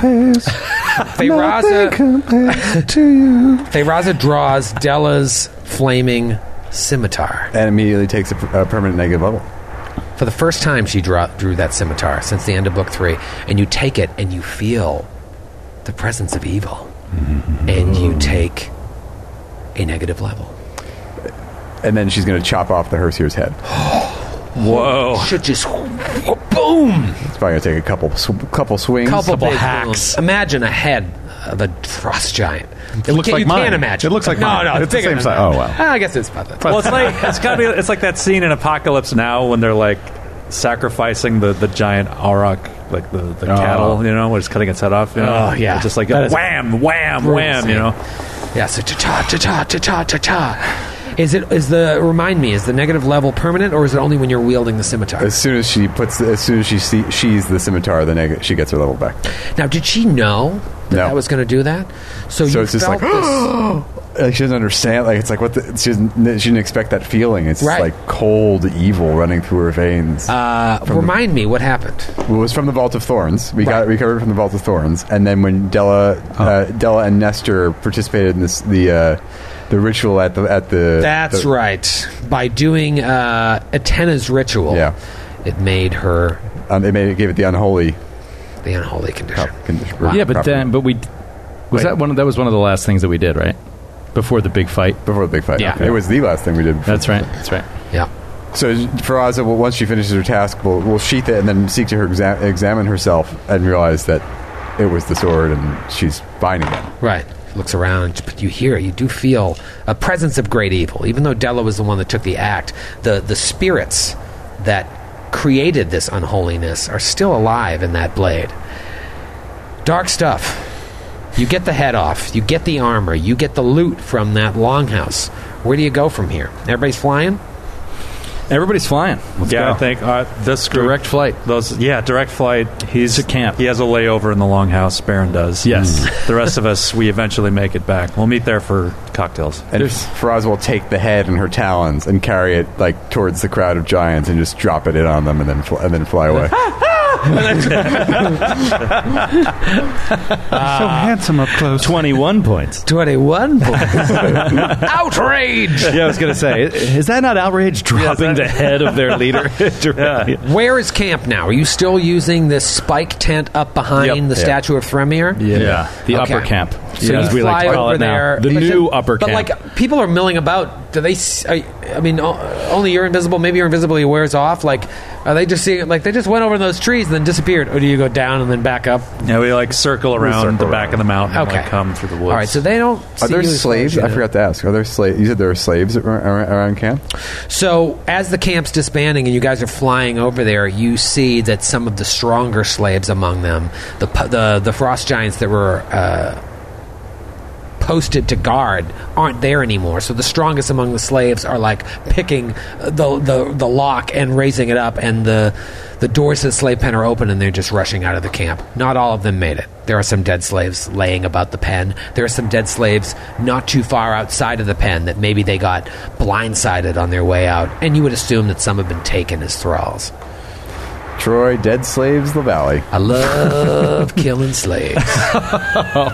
Speaker 2: Feyraza-
Speaker 4: Nothing compares to you.
Speaker 2: Feyraza draws Della's flaming scimitar.
Speaker 6: And immediately takes a, per- a permanent negative level.
Speaker 2: For the first time, she draw, drew that scimitar since the end of book three. And you take it and you feel the presence of evil.
Speaker 4: Mm-hmm.
Speaker 2: And you take a negative level.
Speaker 6: And then she's going to chop off the Herseer's head.
Speaker 2: Whoa. Should just boom.
Speaker 6: It's probably going to take a couple sw- couple swings.
Speaker 2: couple, big hacks. Imagine a head of a frost giant. It
Speaker 6: looks like
Speaker 2: you
Speaker 6: mine.
Speaker 2: can't imagine.
Speaker 6: It looks like
Speaker 2: no,
Speaker 6: mine.
Speaker 2: no,
Speaker 6: It's the
Speaker 2: bigger
Speaker 6: same
Speaker 2: than
Speaker 6: size.
Speaker 2: that.
Speaker 6: Oh, wow.
Speaker 2: Ah, I guess it's about that.
Speaker 14: Well, it's like it's gotta be. It's like that scene in Apocalypse Now when they're like sacrificing the, the giant auroch, like the, the
Speaker 3: Oh.
Speaker 14: cattle, you know, where it's cutting its head off. You know?
Speaker 3: Oh, yeah.
Speaker 14: just like
Speaker 3: That is-
Speaker 14: wham, wham,
Speaker 2: Brutal
Speaker 14: wham. You
Speaker 2: scene.
Speaker 14: know,
Speaker 2: Yeah, so ta ta ta ta ta ta ta ta. Is it is the remind me is the negative level permanent or is it only when you're wielding the scimitar?
Speaker 6: As soon as she puts, the, as soon as she see, she's the scimitar, the neg- she gets her level back.
Speaker 2: Now, did she know that
Speaker 6: No.
Speaker 2: that was going to do that? So,
Speaker 6: So
Speaker 2: you
Speaker 6: it's just
Speaker 2: felt
Speaker 6: like, <gasps>
Speaker 2: this,
Speaker 6: Like she doesn't understand. Like it's like what the, she doesn't, she didn't expect that feeling. It's just
Speaker 2: Right.
Speaker 6: like cold evil running through her veins.
Speaker 2: uh, remind me what happened.
Speaker 6: It was from the Vault of Thorns. We got recovered from the Vault of Thorns, and then when Della, uh, Della and Nestor participated in this the uh, the ritual at the at the
Speaker 2: That's
Speaker 6: the-
Speaker 2: right. By doing uh, Atena's ritual,
Speaker 6: Yeah.
Speaker 2: it made her
Speaker 6: Um, they made it gave it the unholy
Speaker 2: the unholy condition.
Speaker 6: condition.
Speaker 3: Yeah, but then, but we was
Speaker 6: Wait.
Speaker 3: that one. That was one of the last things that we did, right? Before the big fight.
Speaker 6: before the big fight,
Speaker 3: Yeah.
Speaker 6: Okay. it was the last thing we did.
Speaker 3: That's right. That's right.
Speaker 2: Yeah.
Speaker 6: So Faraza, well, once she finishes her task, will will sheath it and then seek to her exa- examine herself and realize that it was the sword, and she's fine again.
Speaker 2: Right. Looks around, but you hear, you do feel a presence of great evil. Even though Della was the one that took the act, the, the spirits that created this unholiness are still alive in that blade. Dark stuff. You get the head off, you get the armor, you get the loot from that longhouse. Where do you go from here? Everybody's flying?
Speaker 3: Everybody's flying.
Speaker 14: yeah,
Speaker 3: go.
Speaker 14: I think uh, this group,
Speaker 3: Direct flight.
Speaker 14: those, yeah, direct flight. He's
Speaker 3: To camp.
Speaker 14: He has a layover in the longhouse. Baron does. Mm.
Speaker 3: Yes.
Speaker 14: the rest of us, we eventually make it back. We'll meet there for cocktails.
Speaker 6: And Faraz will take the head in her talons and carry it like towards the crowd of giants and just drop it in on them and then fl- and then fly away.
Speaker 4: so handsome up close.
Speaker 3: Twenty-one points.
Speaker 2: 21 points. <laughs> Outrage!
Speaker 3: <laughs> Yeah, I was gonna say, is that not <laughs> outrage? Dropping the head of their <laughs> leader. directly?
Speaker 2: Where is camp now? Are you still using this spike tent up behind
Speaker 3: Yep.
Speaker 2: the
Speaker 3: Yeah.
Speaker 2: statue of Thremir?
Speaker 3: Yeah. The
Speaker 2: Okay.
Speaker 3: upper camp.
Speaker 2: So
Speaker 3: as
Speaker 2: you
Speaker 3: we
Speaker 2: fly
Speaker 3: like to call
Speaker 2: over
Speaker 3: it now.
Speaker 2: there.
Speaker 3: The
Speaker 2: but
Speaker 3: new
Speaker 2: then-
Speaker 3: upper camp.
Speaker 2: But like people are milling about. Do they? s- I, I mean, o- only you're invisible. Maybe your invisibility wears off. Like, are they just seeing? Like they just went over those trees and then disappeared, or do you go down and then back up?
Speaker 14: Yeah, we like circle around
Speaker 6: circle
Speaker 14: the back of the mountain and
Speaker 2: Okay.
Speaker 14: like, come through the woods.
Speaker 2: All right, so they don't.
Speaker 6: Are
Speaker 2: see
Speaker 6: there
Speaker 2: you as
Speaker 6: slaves?
Speaker 2: much,
Speaker 6: I
Speaker 2: you know.
Speaker 6: forgot to ask. Are there slaves? You said there are slaves ar- ar- around camp.
Speaker 2: So as the camp's disbanding and you guys are flying over there, you see that some of the stronger slaves among them, the pu- the the frost giants that were. Uh, posted to guard aren't there anymore. So the strongest among the slaves are like picking the the, the lock and raising it up, and the the doors to the slave pen are open, and they're just rushing out of the camp. Not all of them made it. There are some dead slaves laying about the pen. There are some dead slaves not too far outside of the pen that maybe they got blindsided on their way out, and you would assume that some have been taken as thralls.
Speaker 6: Troy dead slaves the valley.
Speaker 2: I love killing slaves.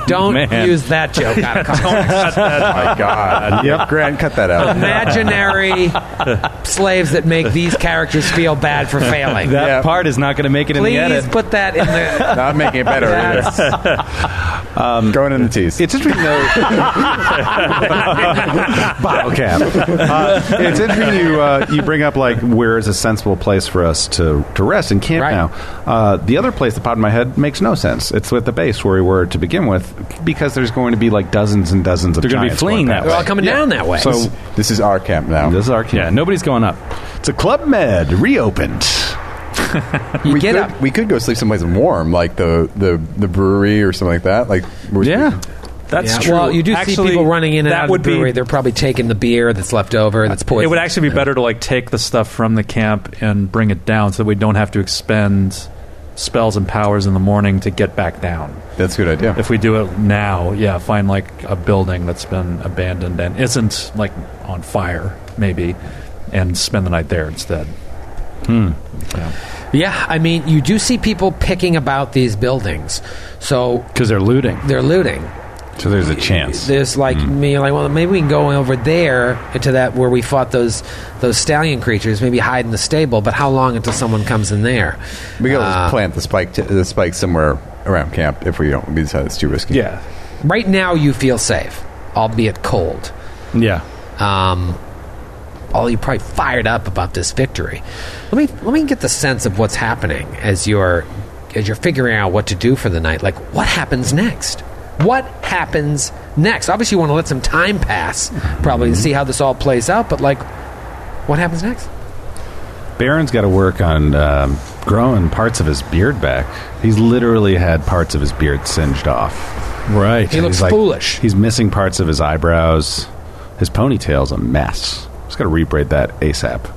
Speaker 2: Don't
Speaker 6: man.
Speaker 2: use that joke out of context.
Speaker 5: <laughs>
Speaker 6: Oh My God. Yep, Grant, cut that out.
Speaker 2: Imaginary slaves that make these characters feel bad for failing.
Speaker 3: That part is not going to make it
Speaker 2: Please
Speaker 3: in the edit.
Speaker 2: put that in the.
Speaker 6: Not making it better.
Speaker 2: That's-
Speaker 6: <laughs>
Speaker 5: Um,
Speaker 6: Going in the teeth.
Speaker 5: It's interesting though. Bottle cap. <laughs> Uh, it's interesting you uh, you bring up like where is a sensible place for us to, to rest and camp now. Uh, the other place that popped in my head makes no sense. It's with the base where we were to begin with, because there's going to be like dozens and dozens of.
Speaker 3: They're gonna be
Speaker 5: giants
Speaker 3: fleeing
Speaker 5: going
Speaker 3: that way. They're all coming down that way.
Speaker 5: So
Speaker 3: This-
Speaker 6: this is our camp now.
Speaker 5: This is our camp.
Speaker 3: Yeah, nobody's going up.
Speaker 5: It's a club med reopened.
Speaker 6: <laughs> we could, We could go sleep someplace warm, like the, the, the brewery or something like that. Like
Speaker 3: <laughs>
Speaker 6: yeah,
Speaker 2: Yeah, Well, you do see people running in and out of the brewery. They're probably taking the beer that's left over that's poisoned.
Speaker 8: It would actually be better to like take the stuff from the camp and bring it down, so that we don't have to expend spells and powers in the morning to get back down.
Speaker 6: That's a good idea.
Speaker 8: If we do it now, yeah, find like a building that's been abandoned and isn't like on fire, maybe, and spend the night there instead.
Speaker 3: Hmm.
Speaker 2: Yeah, I mean, you do see people picking about these buildings, so
Speaker 3: because they're looting. Hmm.
Speaker 2: They're looting.
Speaker 5: So there's a chance.
Speaker 2: There's like me, like well, maybe we can go over there into that where we fought those those stallion creatures. Maybe hide in the stable, but how long until someone comes in there?
Speaker 6: we could always plant the spike t- the spike somewhere around camp if we don't we decide it's too risky.
Speaker 3: Yeah,
Speaker 2: Right now, you feel safe, albeit cold.
Speaker 3: Yeah.
Speaker 2: Um, all you probably fired up about this victory. Let me let me get the sense of what's happening as you're as you're figuring out what to do for the night. Like, what happens next? What happens next? Obviously, you want to let some time pass, probably to see how this all plays out. But like, what happens next?
Speaker 5: Baron's got to work on um, growing parts of his beard back. He's literally had parts of his beard singed off.
Speaker 3: Right.
Speaker 5: He
Speaker 2: looks foolish.
Speaker 5: He's missing parts of his eyebrows. His ponytail's a mess. He's got to rebraid that ASAP.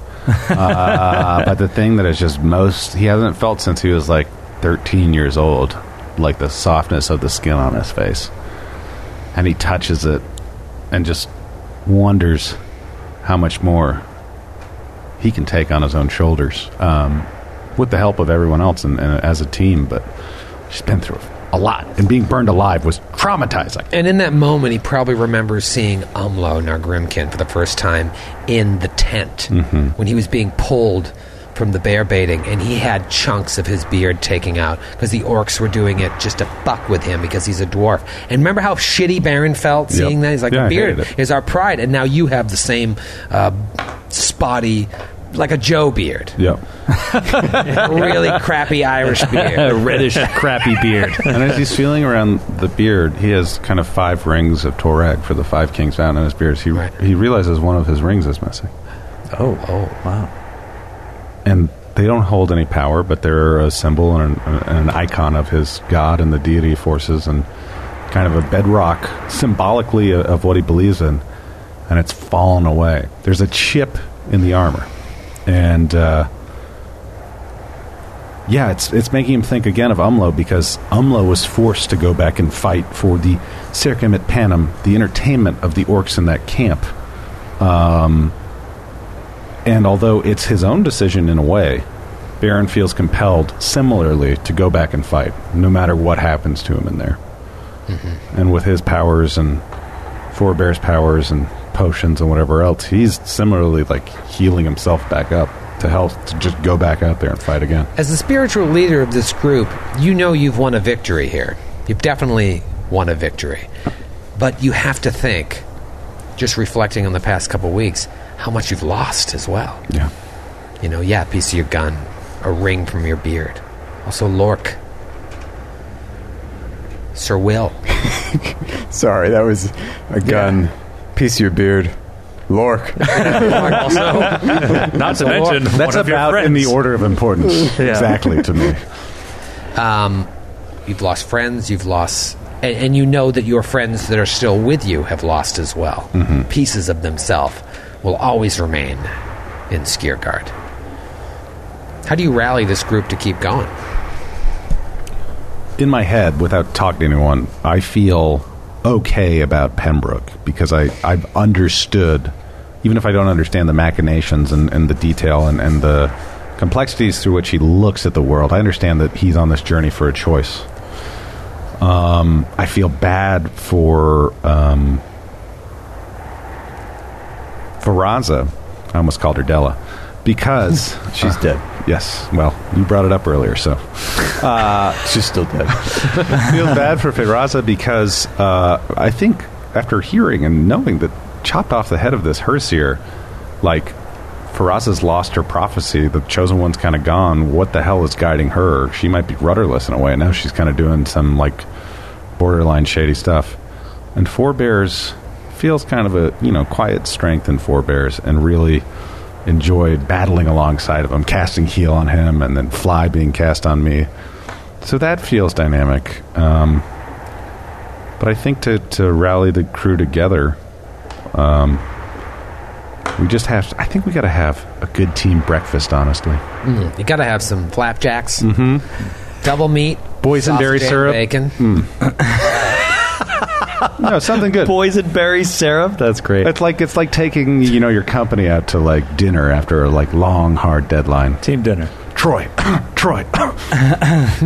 Speaker 5: uh, but the thing that is just most he hasn't felt since he was like 13 years old, like the softness of the skin on his face. And he touches it and just wonders how much more he can take on his own shoulders um, with the help of everyone else and, and as a team. But she's been through a lot, and being burned alive was traumatizing.
Speaker 2: And in that moment, he probably remembers seeing Umlo Nargrimkin for the first time in the tent
Speaker 16: Mm-hmm.
Speaker 2: when he was being pulled from the bear baiting, and he had chunks of his beard taking out because the orcs were doing it just to fuck with him because he's a dwarf. And remember how shitty Baron felt
Speaker 16: Yep.
Speaker 2: seeing that? He's like,
Speaker 16: Yeah,
Speaker 2: "The
Speaker 16: I
Speaker 2: beard
Speaker 16: hated it."
Speaker 2: is our pride," and now you have the same uh, spotty, like a Joe
Speaker 16: <laughs>
Speaker 2: beard,
Speaker 5: Yep.
Speaker 2: really crappy Irish beard,
Speaker 3: <laughs> crappy beard.
Speaker 5: and as he's feeling around the beard, he has kind of five rings of Torag for the five kings found in his beard. He he realizes one of his rings is missing.
Speaker 3: Oh, oh, wow.
Speaker 5: and they don't hold any power, but they're a symbol and an, and an icon of his god and the deity forces, and kind of a bedrock symbolically of, of what he believes in. And it's fallen away. There's a chip in the armor, and uh, yeah, it's it's making him think again of Umlo because Umlo was forced to go back and fight for the Circum et Panem, the entertainment of the orcs in that camp. Um, and although it's his own decision in a way, Baron feels compelled, similarly, to go back and fight, no matter what happens to him in there. And with his powers and Forebear's powers and potions and whatever else, he's similarly like healing himself back up to health to just go back out there and fight again.
Speaker 2: As the spiritual leader of this group, you know you've won a victory here. You've definitely won a victory. But you have to think, just reflecting on the past couple weeks, how much you've lost as well.
Speaker 5: Yeah.
Speaker 2: You know, yeah, a piece of your gun, a ring from your beard. Also, Lork. Sir Will.
Speaker 6: Sorry, that was a gun. Piece of your beard, Lork.
Speaker 5: Not to mention That's one of your about in friends. the order of importance. <laughs> Yeah. Exactly to me.
Speaker 2: Um, you've lost friends, you've lost. And, and you know that your friends that are still with you have lost as well. Pieces of themselves will always remain in Skiergard. How do you rally this group to keep going?
Speaker 5: in my head, without talking to anyone, I feel okay about Pembroke because I, I've understood, even if I don't understand the machinations and, and the detail and, and the complexities through which he looks at the world. I understand that he's on this journey for a choice. Um, I feel bad for um, Veraza. I almost called her Della because uh,
Speaker 6: She's dead.
Speaker 5: Yes. Well, you brought it up earlier, so uh, she's still dead. feel bad for Feraza because uh, I think after hearing and knowing that chopped off the head of this Hersier, like Feraza's lost her prophecy. The chosen one's kind of gone. What the hell is guiding her? She might be rudderless in a way. Now she's kind of doing some like borderline shady stuff. And forebears feels kind of a you know quiet strength in forebears and really enjoyed battling alongside of him, casting heal on him, and then fly being cast on me. So that feels dynamic. Um, but I think to, to rally the crew together, um, we just have. I think we got to have a good team breakfast. Honestly,
Speaker 2: Mm, you got to have some flapjacks,
Speaker 5: mm-hmm.
Speaker 2: double meat,
Speaker 5: boysenberry
Speaker 2: sausage and Mm.
Speaker 5: syrup.
Speaker 2: bacon.
Speaker 5: no, something <laughs> good.
Speaker 16: Boysenberry syrup. That's great.
Speaker 5: It's like it's like taking you know your company out to like dinner after a like long hard deadline.
Speaker 8: Team dinner.
Speaker 5: Troy, <coughs> Troy.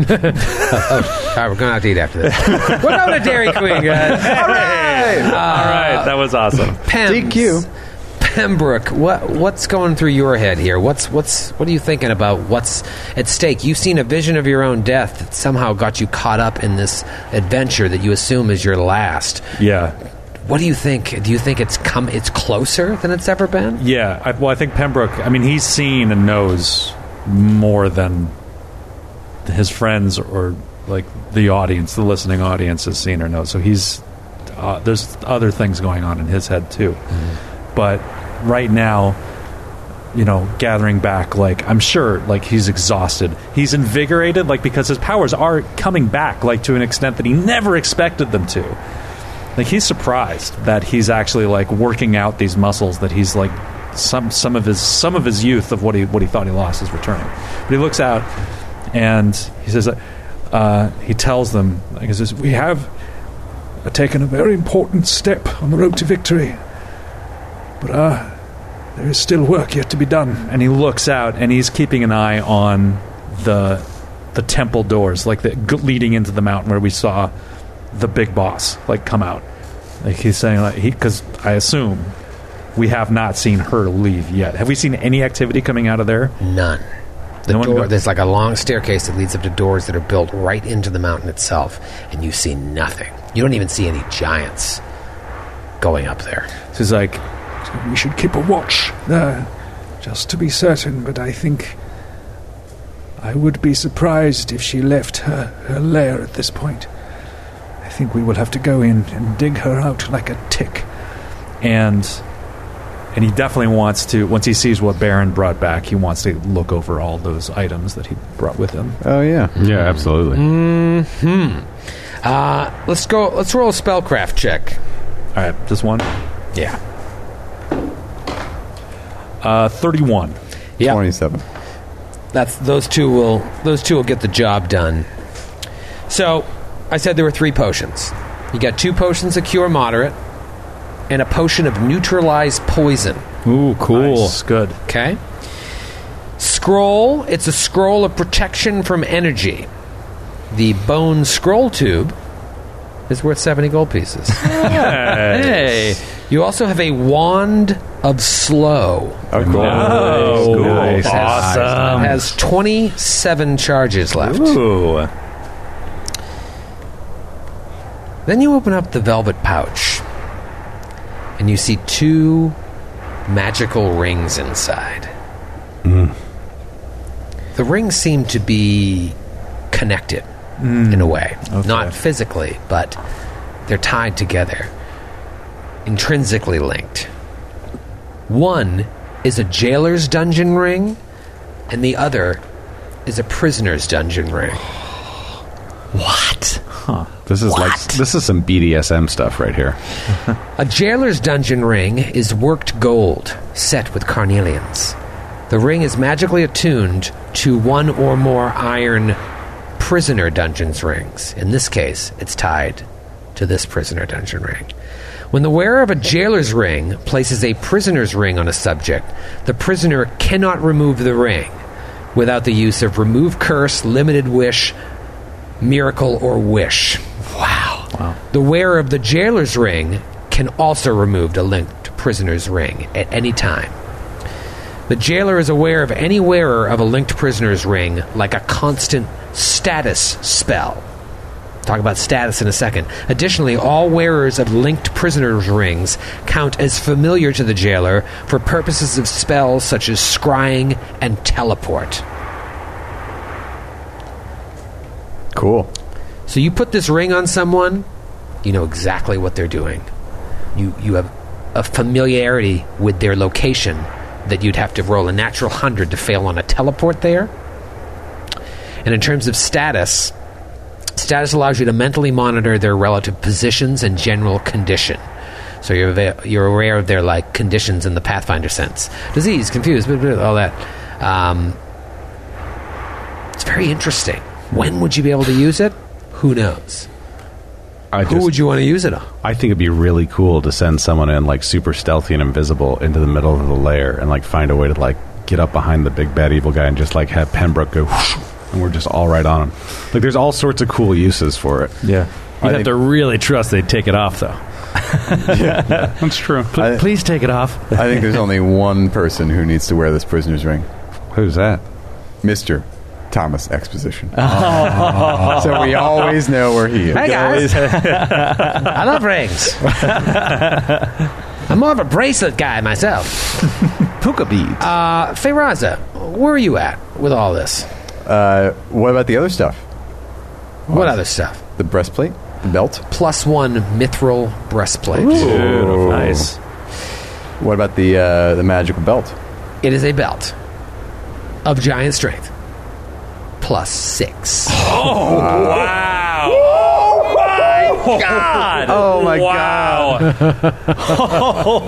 Speaker 2: All right, we're going out to eat after <laughs> this. we're going to Dairy Queen, guys. All right,
Speaker 8: All right, that was awesome.
Speaker 2: DQ. Pembroke, what what's going through your head here? What's what's what are you thinking about? What's at stake? You've seen a vision of your own death that somehow got you caught up in this adventure that you assume is your last.
Speaker 8: Yeah.
Speaker 2: What do you think? Do you think it's come? It's closer than it's ever been.
Speaker 8: Yeah, I, well, I think Pembroke. I mean, he's seen and knows more than his friends or like the audience, the listening audience, has seen or knows. So he's uh, there's other things going on in his head too. But right now, you know, gathering back, like I'm sure, like he's exhausted. He's invigorated, like because his powers are coming back, like to an extent that he never expected them to like he's surprised that he's actually like working out these muscles that he's like some some of his some of his youth of what he what he thought he lost is returning but he looks out and he says uh,
Speaker 12: Uh, he tells them, like, he says, We have taken a very important step on the road to victory. But uh, there is still work yet to be done.
Speaker 8: and he looks out and he's keeping an eye on the the temple doors like the g- leading into the mountain where we saw the big boss like come out like he's saying like he cuz i assume we have not seen her leave yet have we seen any activity coming out of there
Speaker 2: None. The
Speaker 8: No one
Speaker 2: door,
Speaker 8: go-
Speaker 2: there's like a long staircase that leads up to doors that are built right into the mountain itself, and you see nothing. You don't even see any giants going up there.
Speaker 8: So he's like,
Speaker 12: We should keep a watch there, just to be certain, but I think. I would be surprised if she left her, her lair at this point. I think we will have to go in and dig her out like a tick.
Speaker 8: and and he definitely wants to once he sees what Baron brought back, he wants to look over all those items that he brought with him.
Speaker 5: Oh yeah, yeah, absolutely.
Speaker 2: Hmm. Uh, let's go. Let's roll a spellcraft check.
Speaker 8: All right, this one.
Speaker 2: Yeah.
Speaker 8: Uh, thirty-one.
Speaker 2: Yeah.
Speaker 6: Twenty-seven.
Speaker 2: That's those two will those two will get the job done. So, I said there were three potions. You got two potions of cure moderate, and a potion of neutralize poison.
Speaker 3: Ooh, cool.
Speaker 8: Good.
Speaker 2: Okay. Scroll. It's a scroll of protection from energy. The bone scroll tube is worth 70 gold pieces. hey. You also have a wand of slow.
Speaker 5: Of course.
Speaker 2: Nice.
Speaker 5: Cool.
Speaker 2: It has-
Speaker 5: Awesome.
Speaker 2: it has 27 charges left.
Speaker 8: Ooh.
Speaker 2: Then you open up the velvet pouch and you see two magical rings inside. The rings seem to be connected in a way. Not physically, but they're tied together, intrinsically linked. One is a jailer's dungeon ring, and the other is a prisoner's dungeon ring. What?
Speaker 5: This is like this is some BDSM stuff right here.
Speaker 2: A jailer's dungeon ring is worked gold, set with carnelians. The ring is magically attuned to one or more iron prisoner dungeon's rings. In this case, it's tied to this prisoner dungeon ring. When the wearer of a jailer's ring places a prisoner's ring on a subject, the prisoner cannot remove the ring. without the use of remove curse, limited wish, miracle, or wish. Wow. The wearer of the jailer's ring can also remove a linked prisoner's ring at any time. The jailer is aware of any wearer of a linked prisoner's ring like a constant status spell. Talk about status in a second. Additionally, all wearers of linked prisoners' rings count as familiar to the jailer for purposes of spells such as scrying and teleport.
Speaker 6: Cool.
Speaker 2: So you put this ring on someone, you know exactly what they're doing. You you have a familiarity with their location that you'd have to roll a natural 100 to fail on a teleport there. And in terms of status, Status allows you to mentally monitor their relative positions and general condition. So you're ava- you're aware of their like conditions in the Pathfinder sense. Disease, confused, blah, blah, all that. Um, it's very interesting. When would you be able to use it? Who knows? Who would you want to use it on?
Speaker 5: I think it'd be really cool to send someone in like super stealthy and invisible into the middle of the lair and like find a way to like get up behind the big bad evil guy and just like have Pembroke go whoosh, and we're just all right on him. Like there's all sorts of cool uses for it.
Speaker 3: Yeah. You'd have to really trust they'd take it
Speaker 5: <laughs>
Speaker 3: off, though.
Speaker 5: That's true.
Speaker 3: please take it off.
Speaker 6: I think there's only one person who needs to wear this prisoner's ring.
Speaker 5: Who's that?
Speaker 6: Mr. Thomas Exposition. so we always know where he is.
Speaker 2: Hey
Speaker 8: <laughs>
Speaker 2: guys, <laughs> I love rings. I'm more of a bracelet guy myself.
Speaker 6: Puka beads.
Speaker 3: Oh.
Speaker 2: Uh, Feyraza, where are you at with all this?
Speaker 6: Uh, what about the other stuff?
Speaker 2: What other stuff?
Speaker 6: The breastplate, the belt.
Speaker 2: Plus one mithril breastplate.
Speaker 6: Ooh. Nice. What about the uh, the magical belt?
Speaker 2: It is a belt of giant strength. Plus six.
Speaker 12: Oh, wow. Oh, my God.
Speaker 6: Oh, my
Speaker 12: God.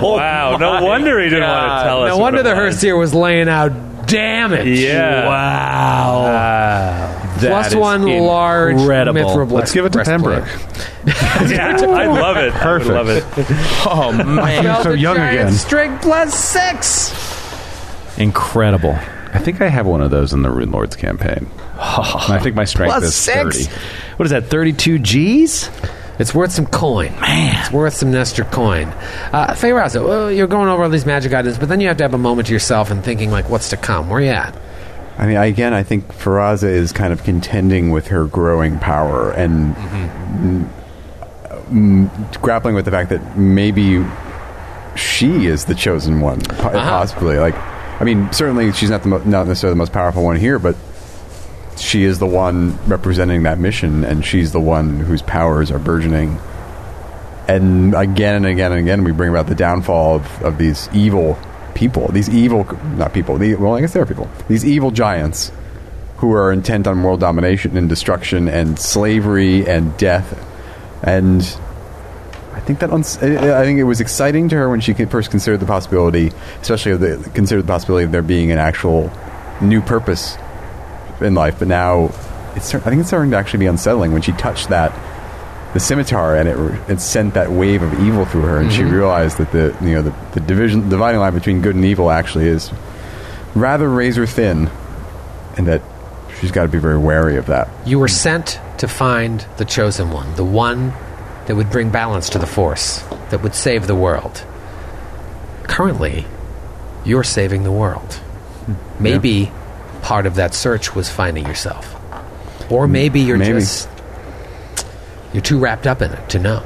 Speaker 8: wow. No wonder he didn't want to Oh, tell us.
Speaker 2: No
Speaker 8: what
Speaker 2: wonder
Speaker 8: it
Speaker 2: the
Speaker 8: was.
Speaker 2: Herseer was laying out damage.
Speaker 8: Yeah.
Speaker 2: Wow. Plus
Speaker 8: is
Speaker 2: one large
Speaker 8: incredible.
Speaker 2: mithril
Speaker 8: Let's give it to
Speaker 2: breastplate.
Speaker 8: yeah, I love it. Perfect. I would love it.
Speaker 2: Oh man,
Speaker 5: so young again.
Speaker 2: String plus six.
Speaker 5: Incredible. I think I have one of those in the Rune
Speaker 8: <laughs>
Speaker 5: Lords campaign. And I think my strength
Speaker 2: Plus
Speaker 5: is
Speaker 2: six?
Speaker 5: 30.
Speaker 2: What is that? Thirty-two G's. It's worth some coin, man. It's worth some Nestor coin. Uh, Feyraza, well, you're going over all these magic items, but then you have to have a moment to yourself and thinking like, what's to come? Where you at?
Speaker 6: I mean, again, I think Faraza is kind of contending with her growing power and mm, mm, grappling with the fact that maybe she is the chosen one, po- possibly. Like, I mean, certainly she's not the mo- not necessarily the most powerful one here, but she is the one representing that mission, and she's the one whose powers are burgeoning. And again and again and again, we bring about the downfall of, of these evil people, these evil, not people, the, well, I guess they are people, these evil giants who are intent on world domination and destruction and slavery and death. And I think that uns- I I think it was exciting to her when she first considered the possibility, especially of the, considered the possibility of there being an actual new purpose in life, but now it's I think it's starting to actually be unsettling when she touched that the scimitar and it, it sent that wave of evil through her, and she realized that the you know the, the division dividing line between good and evil actually is rather razor thin, and that she's got to be very wary of that.
Speaker 2: You were sent to find the chosen one, the one that would bring balance to the Force, that would save the world. Currently, you're saving the world. Maybe part of that search was finding yourself. Or maybe you're
Speaker 6: maybe.
Speaker 2: just. You're too wrapped up in it to know.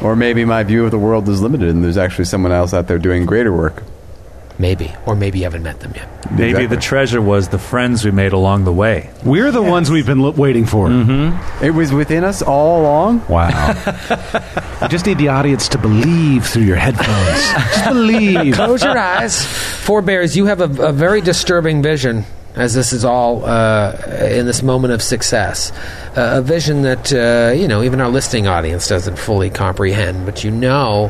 Speaker 6: Or maybe my view of the world is limited, and there's actually someone else out there doing greater work.
Speaker 2: Maybe. Or maybe you haven't met them yet.
Speaker 14: Maybe the treasure was the friends we made along the way.
Speaker 5: We're the ones we've been lo- waiting for.
Speaker 8: Mm-hmm.
Speaker 6: It was within us all along.
Speaker 5: Wow.
Speaker 8: <laughs>
Speaker 5: you just need the audience to believe through your headphones.
Speaker 8: <laughs>
Speaker 5: just believe.
Speaker 2: Close your <laughs> eyes. Forebears, you have a, a very disturbing vision as this is all uh, in this moment of success. Uh, a vision that, uh, you know, even our listening audience doesn't fully comprehend, but you know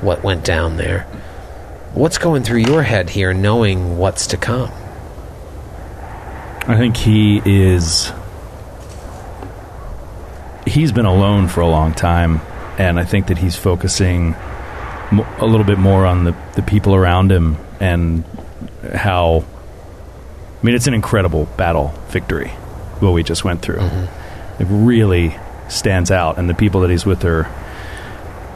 Speaker 2: what went down there. What's going through your head here, knowing what's to come?
Speaker 3: I think he is. He's been alone for a long time, and I think that he's focusing mo- a little bit more on the, the people around him and how I mean, it's an incredible battle victory, what we just went through. It really stands out, and the people that he's with are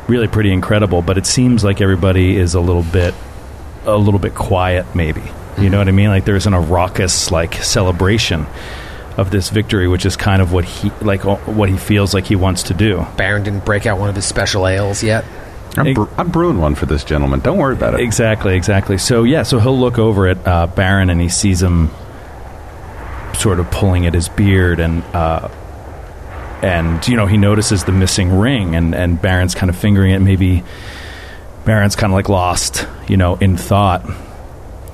Speaker 3: really pretty incredible. But it seems like everybody is a little bit, a little bit quiet, maybe. You know what I mean? Like there isn't a raucous like celebration of this victory, which is kind of what he like o- what he feels like he wants to do.
Speaker 2: Baron didn't break out one of his special ales yet.
Speaker 3: I'm,
Speaker 5: brewing one for this gentleman. Don't worry about it.
Speaker 3: Exactly, exactly. So yeah, so he'll look over at uh, Baron and he sees him sort of pulling at his beard and uh, and you know he notices the missing ring and and Baron's kind of fingering it. Maybe Baron's kind of like lost, you know, in thought.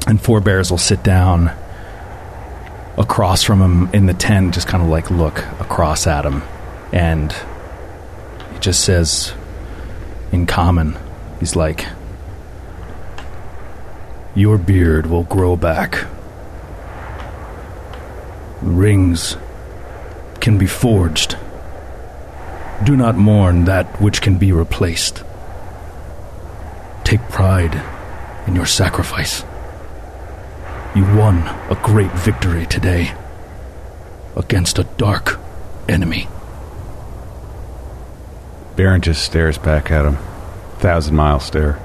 Speaker 3: And Four Bears will sit down across from him in the tent, just kind of like look across at him, and he just says in common, he's like.
Speaker 12: Your beard will grow back. Rings can be forged. Do not mourn that which can be replaced. Take pride in your sacrifice. You won a great victory today against a dark enemy.
Speaker 5: Baron just stares back at him. Thousand mile stare.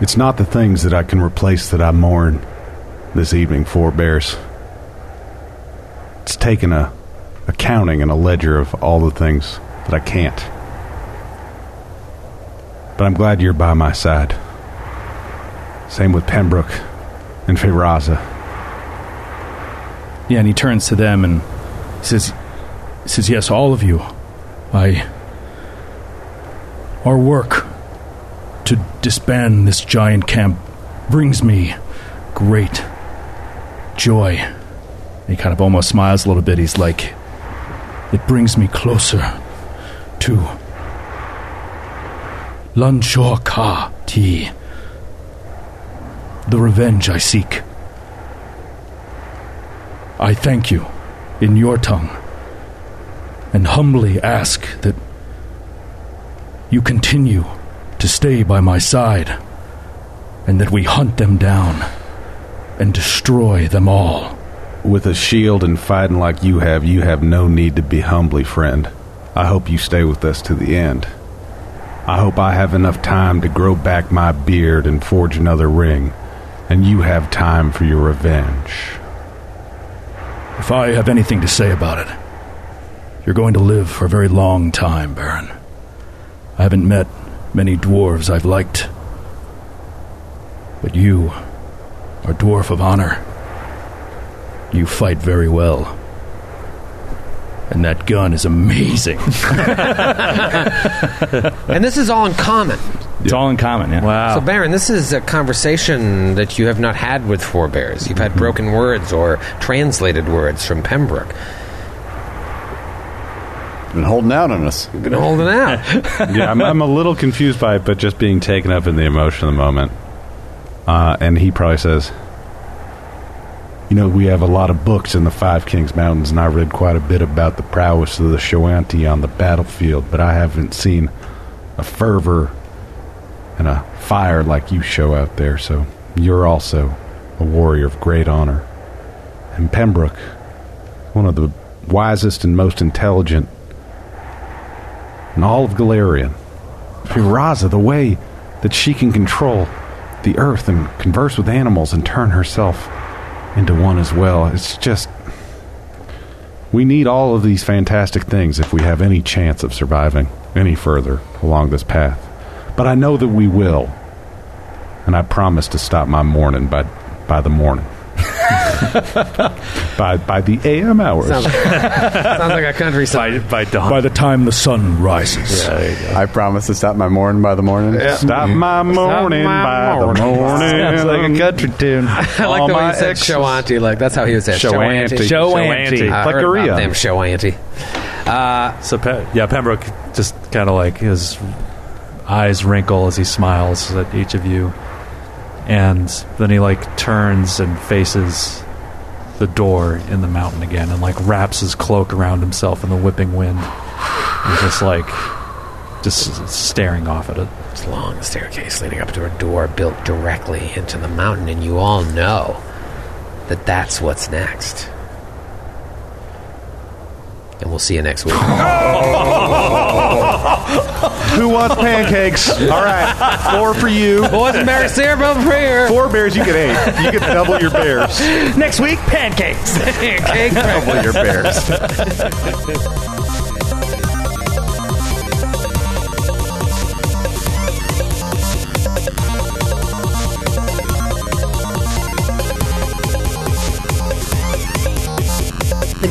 Speaker 5: It's not the things that I can replace that I mourn this evening for bears. It's taken a accounting and a ledger of all the things that I can't. But I'm glad you're by my side. Same with Pembroke and Firaza.
Speaker 3: Yeah, and he turns to them and
Speaker 12: says, says yes, all of you. I. Our work to disband this giant camp brings me great joy.
Speaker 3: He kind of almost smiles a little bit. He's like,
Speaker 12: It brings me closer to Lanshor Ka Ti, the revenge I seek. I thank you in your tongue and humbly ask that you continue to stay by my side and that we hunt them down and destroy them all.
Speaker 5: With a shield and fighting like you have, you have no need to be humbly, friend. I hope you stay with us to the end. I hope I have enough time to grow back my beard and forge another ring, and you have time for your revenge.
Speaker 12: If I have anything to say about it, you're going to live for a very long time, Baron. I haven't met many dwarves I've liked, but you are dwarf of honor. You fight very well. And that gun is amazing.
Speaker 2: and this is all in common.
Speaker 3: It's all in common, yeah.
Speaker 2: So, Baron, this is a conversation that you have not had with forebears. You've had broken words or translated words from Pembroke.
Speaker 5: Been holding out on us. You've
Speaker 2: been holding out.
Speaker 5: yeah, I'm, I'm a little confused by it, but just being taken up in the emotion of the moment. Uh, and he probably says, You know, we have a lot of books in the Five Kings Mountains, and I read quite a bit about the prowess of the Shoanti on the battlefield, but I haven't seen a fervor and a fire like you show out there, so you're also a warrior of great honor. And Pembroke, one of the wisest and most intelligent in all of Galarian. Firaza, the way that she can control the earth and converse with animals and turn herself into one as well. It's just. We need all of these fantastic things if we have any chance of surviving any further along this path. But I know that we will. And I promise to stop my mourning by, by the morning. <laughs> by, by the AM hours.
Speaker 2: Sounds, sounds like a country song.
Speaker 3: By, dawn.
Speaker 12: By the time the sun rises.
Speaker 6: I promise to stop my morning by the morning.
Speaker 5: Yeah. Stop my morning by the morning.
Speaker 6: Sounds like a
Speaker 5: country tune.
Speaker 2: <laughs> I like the way you said show auntie. Like that's how he would say it.
Speaker 5: Show auntie.
Speaker 2: Show
Speaker 5: Show
Speaker 2: auntie.
Speaker 5: auntie.
Speaker 2: I
Speaker 5: Like
Speaker 2: heard
Speaker 5: Korea.
Speaker 2: about them show auntie. Uh,
Speaker 8: so Pe- yeah, Pembroke just kind of like his eyes wrinkle as he smiles at each of you, and then he like turns and faces the door in the mountain again, and like wraps his cloak around himself in the whipping wind, and just like just staring off at it.
Speaker 2: It's long staircase leading up to a door built directly into the mountain, and you all know that that's what's next. And we'll see you next week.
Speaker 5: Who wants pancakes? All right, four for you.
Speaker 2: Boys and bears, Sarah, both prayer.
Speaker 8: <laughs>
Speaker 5: Four bears, you get eight. You get double your bears.
Speaker 17: Next week, pancakes.
Speaker 2: Pancake
Speaker 5: Double your bears.
Speaker 18: The